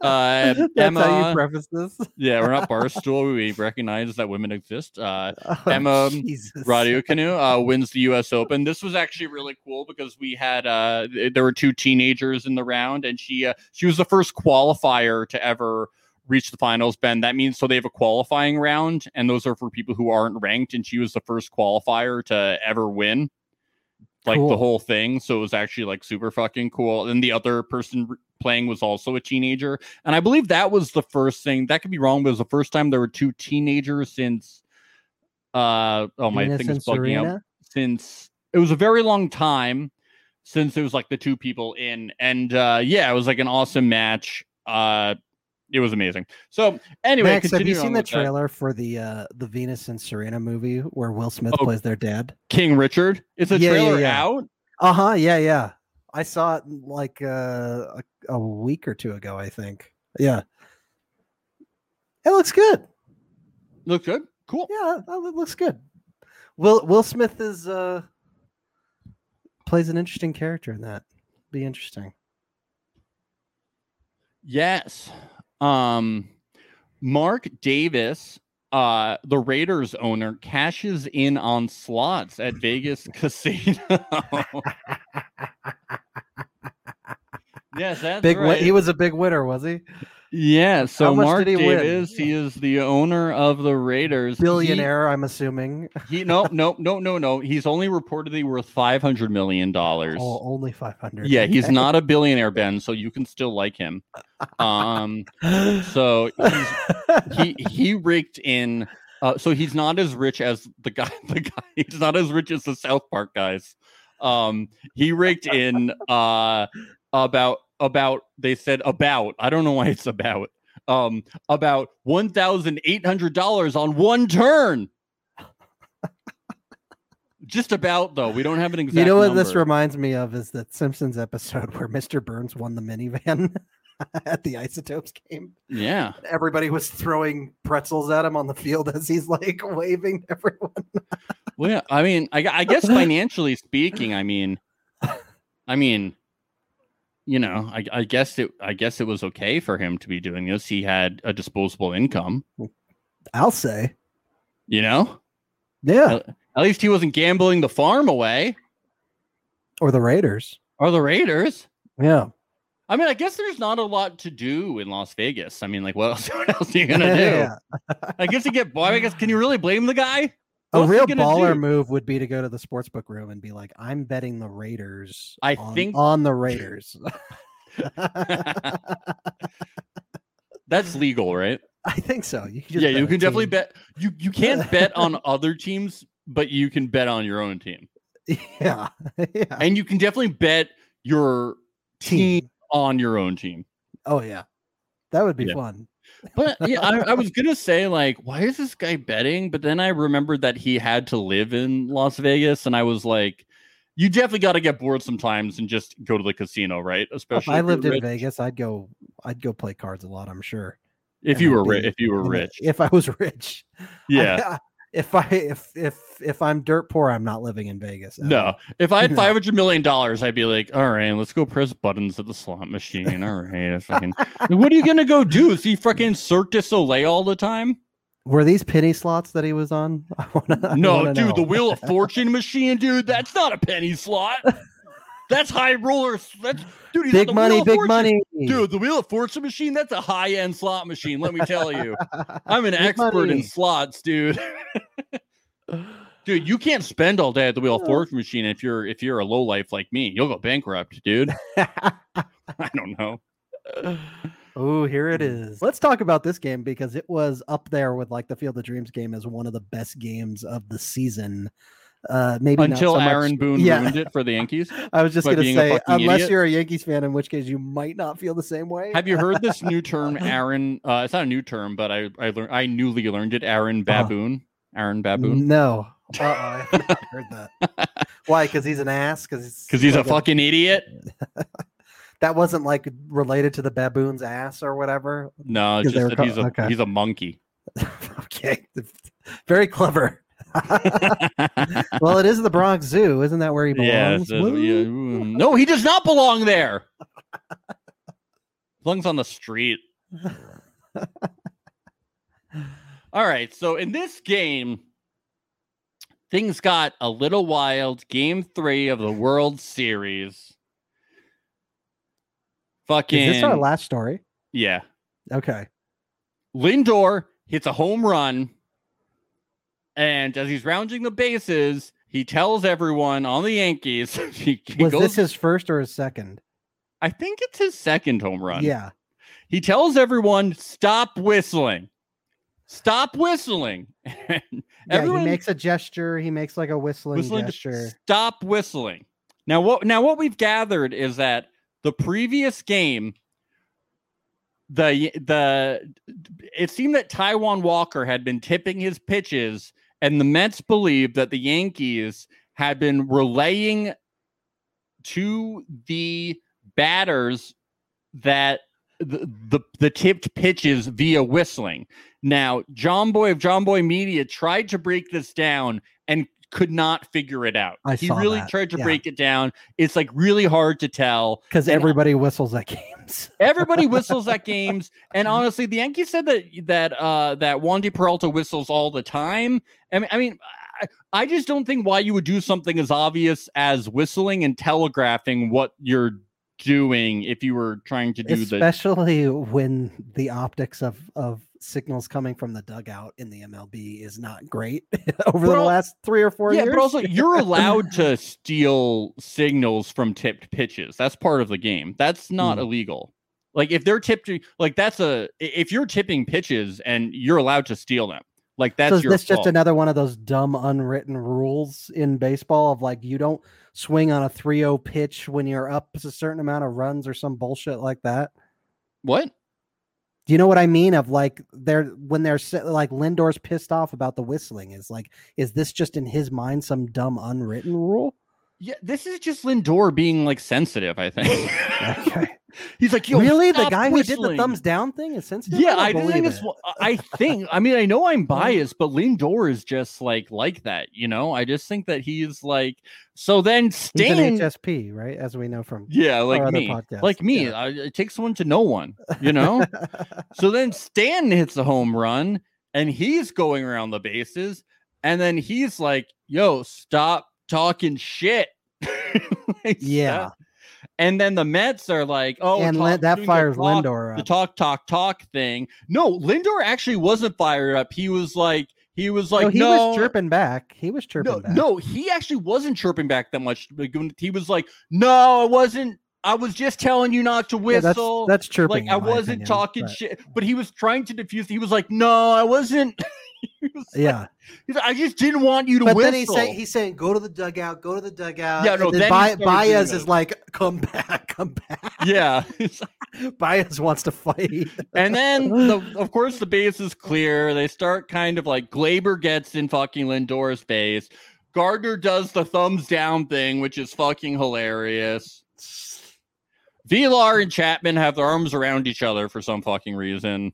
S2: uh,
S3: That's how
S2: Emma-
S3: you preface this.
S2: yeah, we're not barstool. We recognize that women exist. Uh,
S3: <laughs> Oh,
S2: Emma
S3: Jesus.
S2: Radio Canoe uh, wins the U.S. Open. This was actually really cool because we had uh, th- there were two teenagers in the round, and she uh, she was the first qualifier to ever reach the finals. Ben, that means so they have a qualifying round, and those are for people who aren't ranked, and she was the first qualifier to ever win. Like the
S3: Cool.
S2: whole thing, so it was actually like super fucking cool. And the other person r- playing was also a teenager, and I believe that was the first thing. That could be wrong, but it was the first time there were two teenagers since. Uh oh, my
S3: Venus
S2: thing
S3: and
S2: is bugging out
S3: Serena?
S2: since it was a very long time since it was like the two people in and uh yeah it was like an awesome match uh it was amazing so anyway
S3: Max, have you
S2: continuing
S3: seen
S2: on
S3: the
S2: with that,
S3: trailer for the uh, the Venus and Serena movie where Will Smith
S2: Oh.
S3: plays their dad?
S2: king richard is the
S3: Yeah, yeah,
S2: trailer
S3: yeah.
S2: out
S3: Uh huh. Yeah, yeah. I saw it mm, like uh, a, a week or two ago, I think. Yeah, it looks good.
S2: looks good cool
S3: Yeah, it it looks good. Will Will Smith is uh plays an interesting character in that. Be interesting.
S2: yes um mark davis uh the raiders owner cashes in on slots at
S3: <laughs>
S2: vegas casino yes that's
S3: Big win
S2: right.
S3: he was a big winner, was he?
S2: Yeah, so
S3: much
S2: Mark
S3: did he win?
S2: Davis, he is the owner of the Raiders. He-
S3: Billionaire, I'm assuming.
S2: He, no, no, no, no, no. He's only reportedly worth five hundred million dollars.
S3: Oh, only five hundred.
S2: yeah, he's not a billionaire, Ben. So you can still like
S3: <laughs>
S2: him. Um,
S3: <gasps>
S2: so he's, he he raked in. Uh, so he's not as rich as the guy. <laughs> The guy he's not as rich as the South Park guys. Um, he raked
S3: <laughs>
S2: in uh about about they said about I don't know why it's about um about one thousand eight hundred dollars on one turn. Just about though. We don't have an exact.
S3: you know what this
S2: number.
S3: reminds me of is that Simpsons episode <laughs> where Mr. Burns won the minivan <laughs> at the Isotopes game.
S2: Yeah.
S3: Everybody was throwing pretzels at him on the field as he's like <laughs> waving to everyone.
S2: Well, yeah, I mean, I, gu- I guess financially speaking, I mean, I mean, you know, I, I guess it, I guess it was okay for him to be doing this. He had a disposable income,
S3: I'll say,
S2: you know.
S3: yeah,
S2: At least he wasn't gambling the farm away
S3: or the Raiders.
S2: or the Raiders.
S3: Yeah,
S2: I mean, I guess there's not a lot to do in Las Vegas. I mean, like, what else, <laughs> what else are you
S3: <laughs>
S2: gonna do?
S3: Yeah.
S2: I guess you get. boy, I guess can you really blame the guy? What
S3: A
S2: else he
S3: real
S2: gonna
S3: baller
S2: do?
S3: move would be to go to the sportsbook room and be like, "I'm betting the Raiders."
S2: I
S3: on-
S2: think-
S3: on
S2: <laughs>
S3: the Raiders.
S2: <laughs>
S3: <laughs>
S2: That's legal, right?
S3: I think so. You can just
S2: yeah,
S3: bet
S2: you
S3: a
S2: can definitely
S3: team.
S2: bet. You you
S3: <laughs>
S2: can't bet on other teams, but you can bet on your own team,
S3: <laughs> Yeah, yeah.
S2: and you can definitely bet your team, on your own team.
S3: Oh yeah, that would be
S2: Yeah.
S3: fun.
S2: But yeah, I, I was gonna say like, why is this guy betting? But then I remembered that he had to live in Las Vegas, and I was like, you definitely got to get bored sometimes and just go to the casino, right?
S3: If
S2: Especially
S3: I
S2: if you're
S3: lived in
S2: rich-
S3: Vegas, I'd go. I'd go play cards a lot. I'm sure.
S2: If you
S3: I'd
S2: were
S3: be
S2: rich, if you were
S3: And, uh,
S2: rich,
S3: If I was <laughs> rich. I-
S2: yeah.
S3: I- <laughs> if I if if if I'm dirt poor, I'm not living in Vegas. at
S2: No,
S3: all.
S2: if I had
S3: No.
S2: five hundred million dollars, I'd be like, all right, let's go press buttons at the slot <laughs> machine. All right, I fucking, what are you gonna go do? See fucking Cirque du Soleil all the time?
S3: Were these penny slots that he was on? <laughs> I wanna, I
S2: No,
S3: wanna
S2: dude, the
S3: know.
S2: Wheel of Fortune machine, dude. That's not a penny slot. That's high rollers. That's dude. He's on
S3: big
S2: the
S3: money,
S2: Wheel of
S3: big
S2: Fortune.
S3: money,
S2: Dude, the Wheel of Fortune machine, that's a high end slot machine. Let me tell you, I'm an
S3: Big
S2: expert in
S3: money.
S2: slots, dude. <laughs> dude, you can't spend all day at the Wheel of Fortune machine if you're if you're a low life like me. You'll go bankrupt, dude. <laughs> I don't know.
S3: Oh, here it is. <laughs> Let's talk about this game because it was up there with like the Field of Dreams game as one of the best games of the season. Uh, maybe not
S2: Until
S3: so much-
S2: Aaron Boone
S3: Yeah.
S2: ruined it for the Yankees.
S3: <laughs> I was just
S2: by
S3: gonna
S2: being a
S3: say,
S2: fucking
S3: unless
S2: idiot.
S3: you're a Yankees fan, in which case you might not feel the same way.
S2: Have you heard this new term, Aaron? Uh, it's not a new term, but I I learned I newly learned it. Aaron
S3: Uh-huh.
S2: Baboon. Aaron Baboon.
S3: No. Uh-oh, I have not heard that.
S2: <laughs>
S3: Why? Because he's an ass. Because
S2: Because he's a fucking idiot.
S3: That wasn't like related to the baboon's ass or whatever. <laughs>
S2: No, it's
S3: 'Cause they
S2: just that
S3: were call-
S2: he's a
S3: okay.
S2: he's a monkey. <laughs>
S3: okay, very clever. <laughs> well, it is the Bronx Zoo, isn't that where he
S2: Yeah,
S3: belongs?
S2: so-
S3: Woo!
S2: yeah, mm. No, he does not belong there. Belongs on the street. <laughs> All right. So in this game, things got a little wild. Game three of the World Series. Fucking
S3: Is this our last story?
S2: yeah.
S3: Okay.
S2: Lindor hits a home run. And as he's rounding the bases, he tells everyone on the Yankees. <laughs> he, he
S3: Was
S2: goes,
S3: this his first or his second?
S2: I think it's his second home run.
S3: Yeah.
S2: He tells everyone, stop whistling. Stop whistling. <laughs>
S3: Yeah,
S2: Everyone-
S3: he makes a gesture. He makes like a whistling,
S2: Whistling to
S3: gesture.
S2: Stop whistling. Now what now what we've gathered is that the previous game the the it seemed that Taiwan Walker had been tipping his pitches and the Mets believed that the Yankees had been relaying to the batters that the, the the tipped pitches via whistling. Now, John Boy of John Boy Media tried to break this down and could not figure it out.
S3: I
S2: he
S3: saw
S2: really
S3: that,
S2: tried to
S3: yeah.
S2: break it down. It's like really hard to tell.
S3: Because
S2: And I-
S3: everybody whistles at games. <laughs>
S2: Everybody whistles at games, and honestly, the Yankees said that that uh, that Wandy Peralta whistles all the time. I mean, I mean, I, I just don't think why you would do something as obvious as whistling and telegraphing what you're doing if you were trying to do the
S3: Especially when the optics of of signals coming from the dugout in the MLB is not great <laughs> over the
S2: Well,
S3: last three or four
S2: yeah,
S3: years.
S2: but also you're allowed to steal signals from tipped pitches. That's part of the game. That's not
S3: Mm.
S2: illegal. Like if they're tipped, like that's a i- if you're tipping pitches and you're allowed to steal them. Like that's
S3: so is
S2: your
S3: this
S2: fault.
S3: just another one of those dumb unwritten rules in baseball of like you don't swing on a 3-0 pitch when you're up a certain amount of runs or some bullshit like that
S2: what?
S3: do you know what i mean of like they're when they're si- like lindor's pissed off about the whistling is like is this just in his mind some dumb unwritten rule
S2: Yeah, this is just Lindor being like sensitive. I think
S3: <laughs> okay
S2: <laughs> he's like, Yo,
S3: really the
S2: stop
S3: guy who did
S2: whistling."
S3: the thumbs down thing is sensitive
S2: <laughs> Yeah, I,
S3: I, don't
S2: think
S3: believe
S2: it's.
S3: it.
S2: wh- I think. I mean, I know
S3: <laughs>
S2: I'm biased, but Lindor is just like like that. You know, I just think that he's like. So then
S3: He's
S2: Stan
S3: an hspp right as we know from
S2: Yeah, like
S3: other
S2: me.
S3: podcast.
S2: Like me.
S3: Yeah.
S2: I, it takes one to know one, you
S3: <laughs>
S2: know? so then Stan hits a home run and he's going around the bases. And then he's like, yo, stop talking shit. <laughs> Like,
S3: Yeah.
S2: stop. And then the Mets are like, oh,
S3: and
S2: talk-
S3: Lin- that
S2: doing the
S3: fires
S2: talk-
S3: lindor
S2: The
S3: up.
S2: talk, talk, talk thing. No, Lindor actually wasn't fired up. He was like, he was like,
S3: no, he
S2: "No,
S3: was chirping back he was chirping
S2: no,
S3: back
S2: no, he actually wasn't chirping back that much. Like, when He was like, "No, I wasn't. I was just telling you not to
S3: Yeah, that's-
S2: whistle.
S3: that's, chirping.
S2: like, I
S3: in my
S2: wasn't
S3: opinion,
S2: talking
S3: but-
S2: shit." But he was trying to diffuse. He was like, "No, I wasn't. <laughs> He was like-
S3: Yeah,
S2: he's like, I just didn't want you to
S3: but
S2: whistle."
S3: then he's saying he's saying go to the dugout, go to the dugout.
S2: Yeah, no,
S3: and
S2: then
S3: then
S2: he
S3: Ba-
S2: started doing
S3: Baez
S2: that.
S3: is like, come back, come back.
S2: <laughs>
S3: <laughs>
S2: yeah. It's like-
S3: Baez wants to fight. <laughs>
S2: And then, the, of course, the base is clear. They start kind of like Glaber gets in fucking Lindor's face. Gardner does the thumbs down thing, which is fucking hilarious. Vilar and Chapman have their arms around each other for some fucking reason.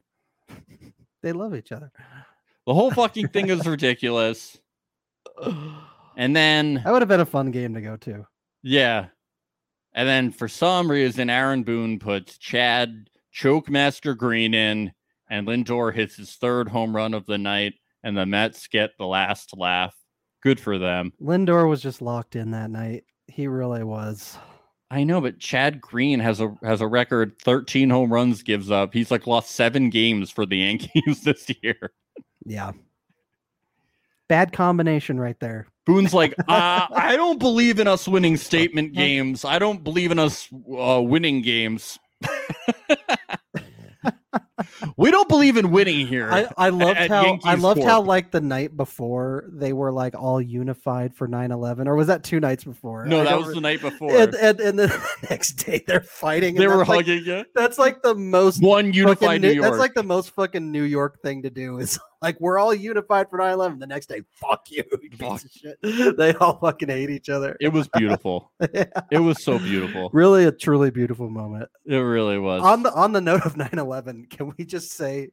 S3: They love each other.
S2: The whole fucking thing is ridiculous. And then,
S3: That would have been a fun game to go to.
S2: yeah. And then for some reason, Aaron Boone puts Chad Chokemaster Green in, and Lindor hits his third home run of the night, and the Mets get the last laugh. Good for them.
S3: Lindor was just locked in that night. He really was.
S2: I know, but Chad Green has a has a record 13 home runs gives up. He's like lost seven games for the <laughs> Yankees this year.
S3: Yeah. Bad combination right there.
S2: Boone's like, uh, I don't believe in us winning
S3: <laughs>
S2: statement games. I don't believe in us uh, winning
S3: <laughs>
S2: games. we don't believe in winning here.
S3: I, I loved
S2: at
S3: how I
S2: Yankees
S3: loved how
S2: Corp.
S3: like the night before they were like all unified for 9-11. or was that two nights before?
S2: no,
S3: I
S2: that
S3: don't
S2: was
S3: re-
S2: the night before.
S3: and, and, and then <laughs> the next day they're fighting. and
S2: they were
S3: that's like-
S2: hugging you.
S3: That's like the most
S2: One
S3: fucking
S2: unified New
S3: New-
S2: York.
S3: That's <laughs> like the most fucking New York thing to do. Is <laughs> like we're all unified for 9-11. The next day, fuck you, <laughs> you
S2: Fuck.
S3: piece of shit. They all fucking hate each other.
S2: it was beautiful. It was
S3: <laughs>
S2: so beautiful.
S3: really a truly beautiful moment.
S2: It really was.
S3: On the on the note of 9-11, can we just say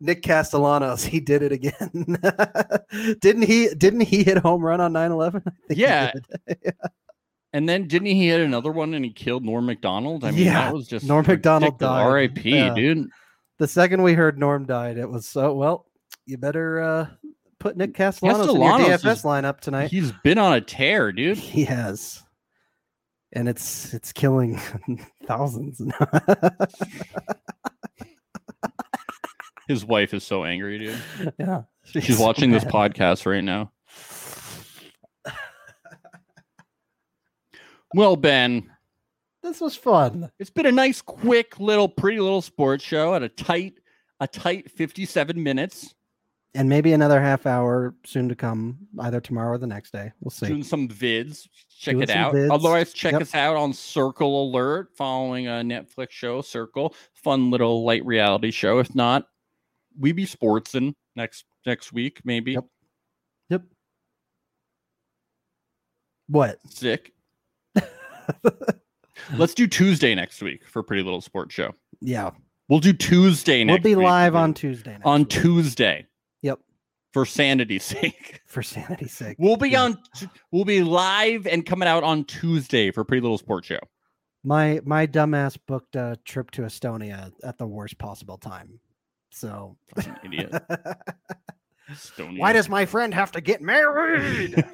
S3: Nick Castellanos, <laughs> he did it again. <laughs> didn't he didn't he hit home run on 9-11? <laughs> I think he
S2: Yeah,
S3: did. <laughs>
S2: and then didn't he hit another one and he killed Norm McDonald? I mean,
S3: Yeah,
S2: that was just
S3: Norm Macdonald
S2: ridiculous.
S3: died.
S2: R.I.P.
S3: Yeah.
S2: Dude.
S3: The second we heard Norm died, it was so well, you better uh put Nick Castellanos, in your
S2: Castellanos
S3: DFS
S2: is-
S3: lineup tonight.
S2: He's been on a tear, dude.
S3: He has. And it's it's killing <laughs> thousands. <laughs>
S2: His wife is so angry, dude.
S3: yeah. <laughs>
S2: She's watching this podcast right now. Well, Ben,
S3: This was fun.
S2: it's been a nice, quick, little, pretty little sports show at a tight, a tight fifty-seven minutes.
S3: And maybe another half hour soon to come, either tomorrow or the next day. We'll see.
S2: Doing some vids. Check
S3: Doing
S2: it
S3: some
S2: out.
S3: vids.
S2: Otherwise, check
S3: Yep.
S2: us out on Circle Alert, following a Netflix show, Circle. Fun little light reality show. If not, we be sportsing next next week, maybe.
S3: Yep. What? <laughs>
S2: Sick. Let's do Tuesday next week for Pretty Little Sports Show.
S3: Yeah.
S2: We'll do Tuesday
S3: We'll
S2: next.
S3: be
S2: week.
S3: live on Tuesday. Next
S2: on
S3: week,
S2: Tuesday.
S3: Yep.
S2: For sanity's sake,
S3: for sanity's sake.
S2: we'll be
S3: Yeah.
S2: on. Tu- We'll be live and coming out on Tuesday for Pretty Little Sports Show.
S3: My my dumbass booked a trip to Estonia at the worst possible time. So <laughs>
S2: Fucking idiot. Stony.
S3: why does my friend have to get married? <laughs>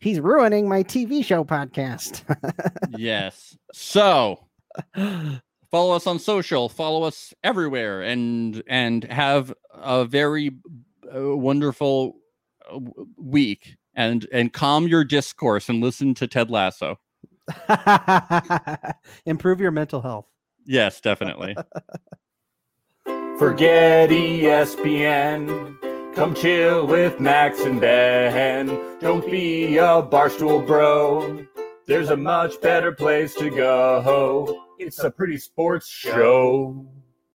S3: He's ruining my TV show podcast. <laughs>
S2: yes. So follow us on social. Follow us everywhere, and and have a very uh, wonderful uh, w- week. And and calm your discourse and listen to Ted Lasso.
S3: Improve your mental health.
S2: Yes, definitely.
S1: Forget ESPN. Come chill with Max and Ben. Don't be a barstool bro. There's a much better place to go. It's a pretty sports show.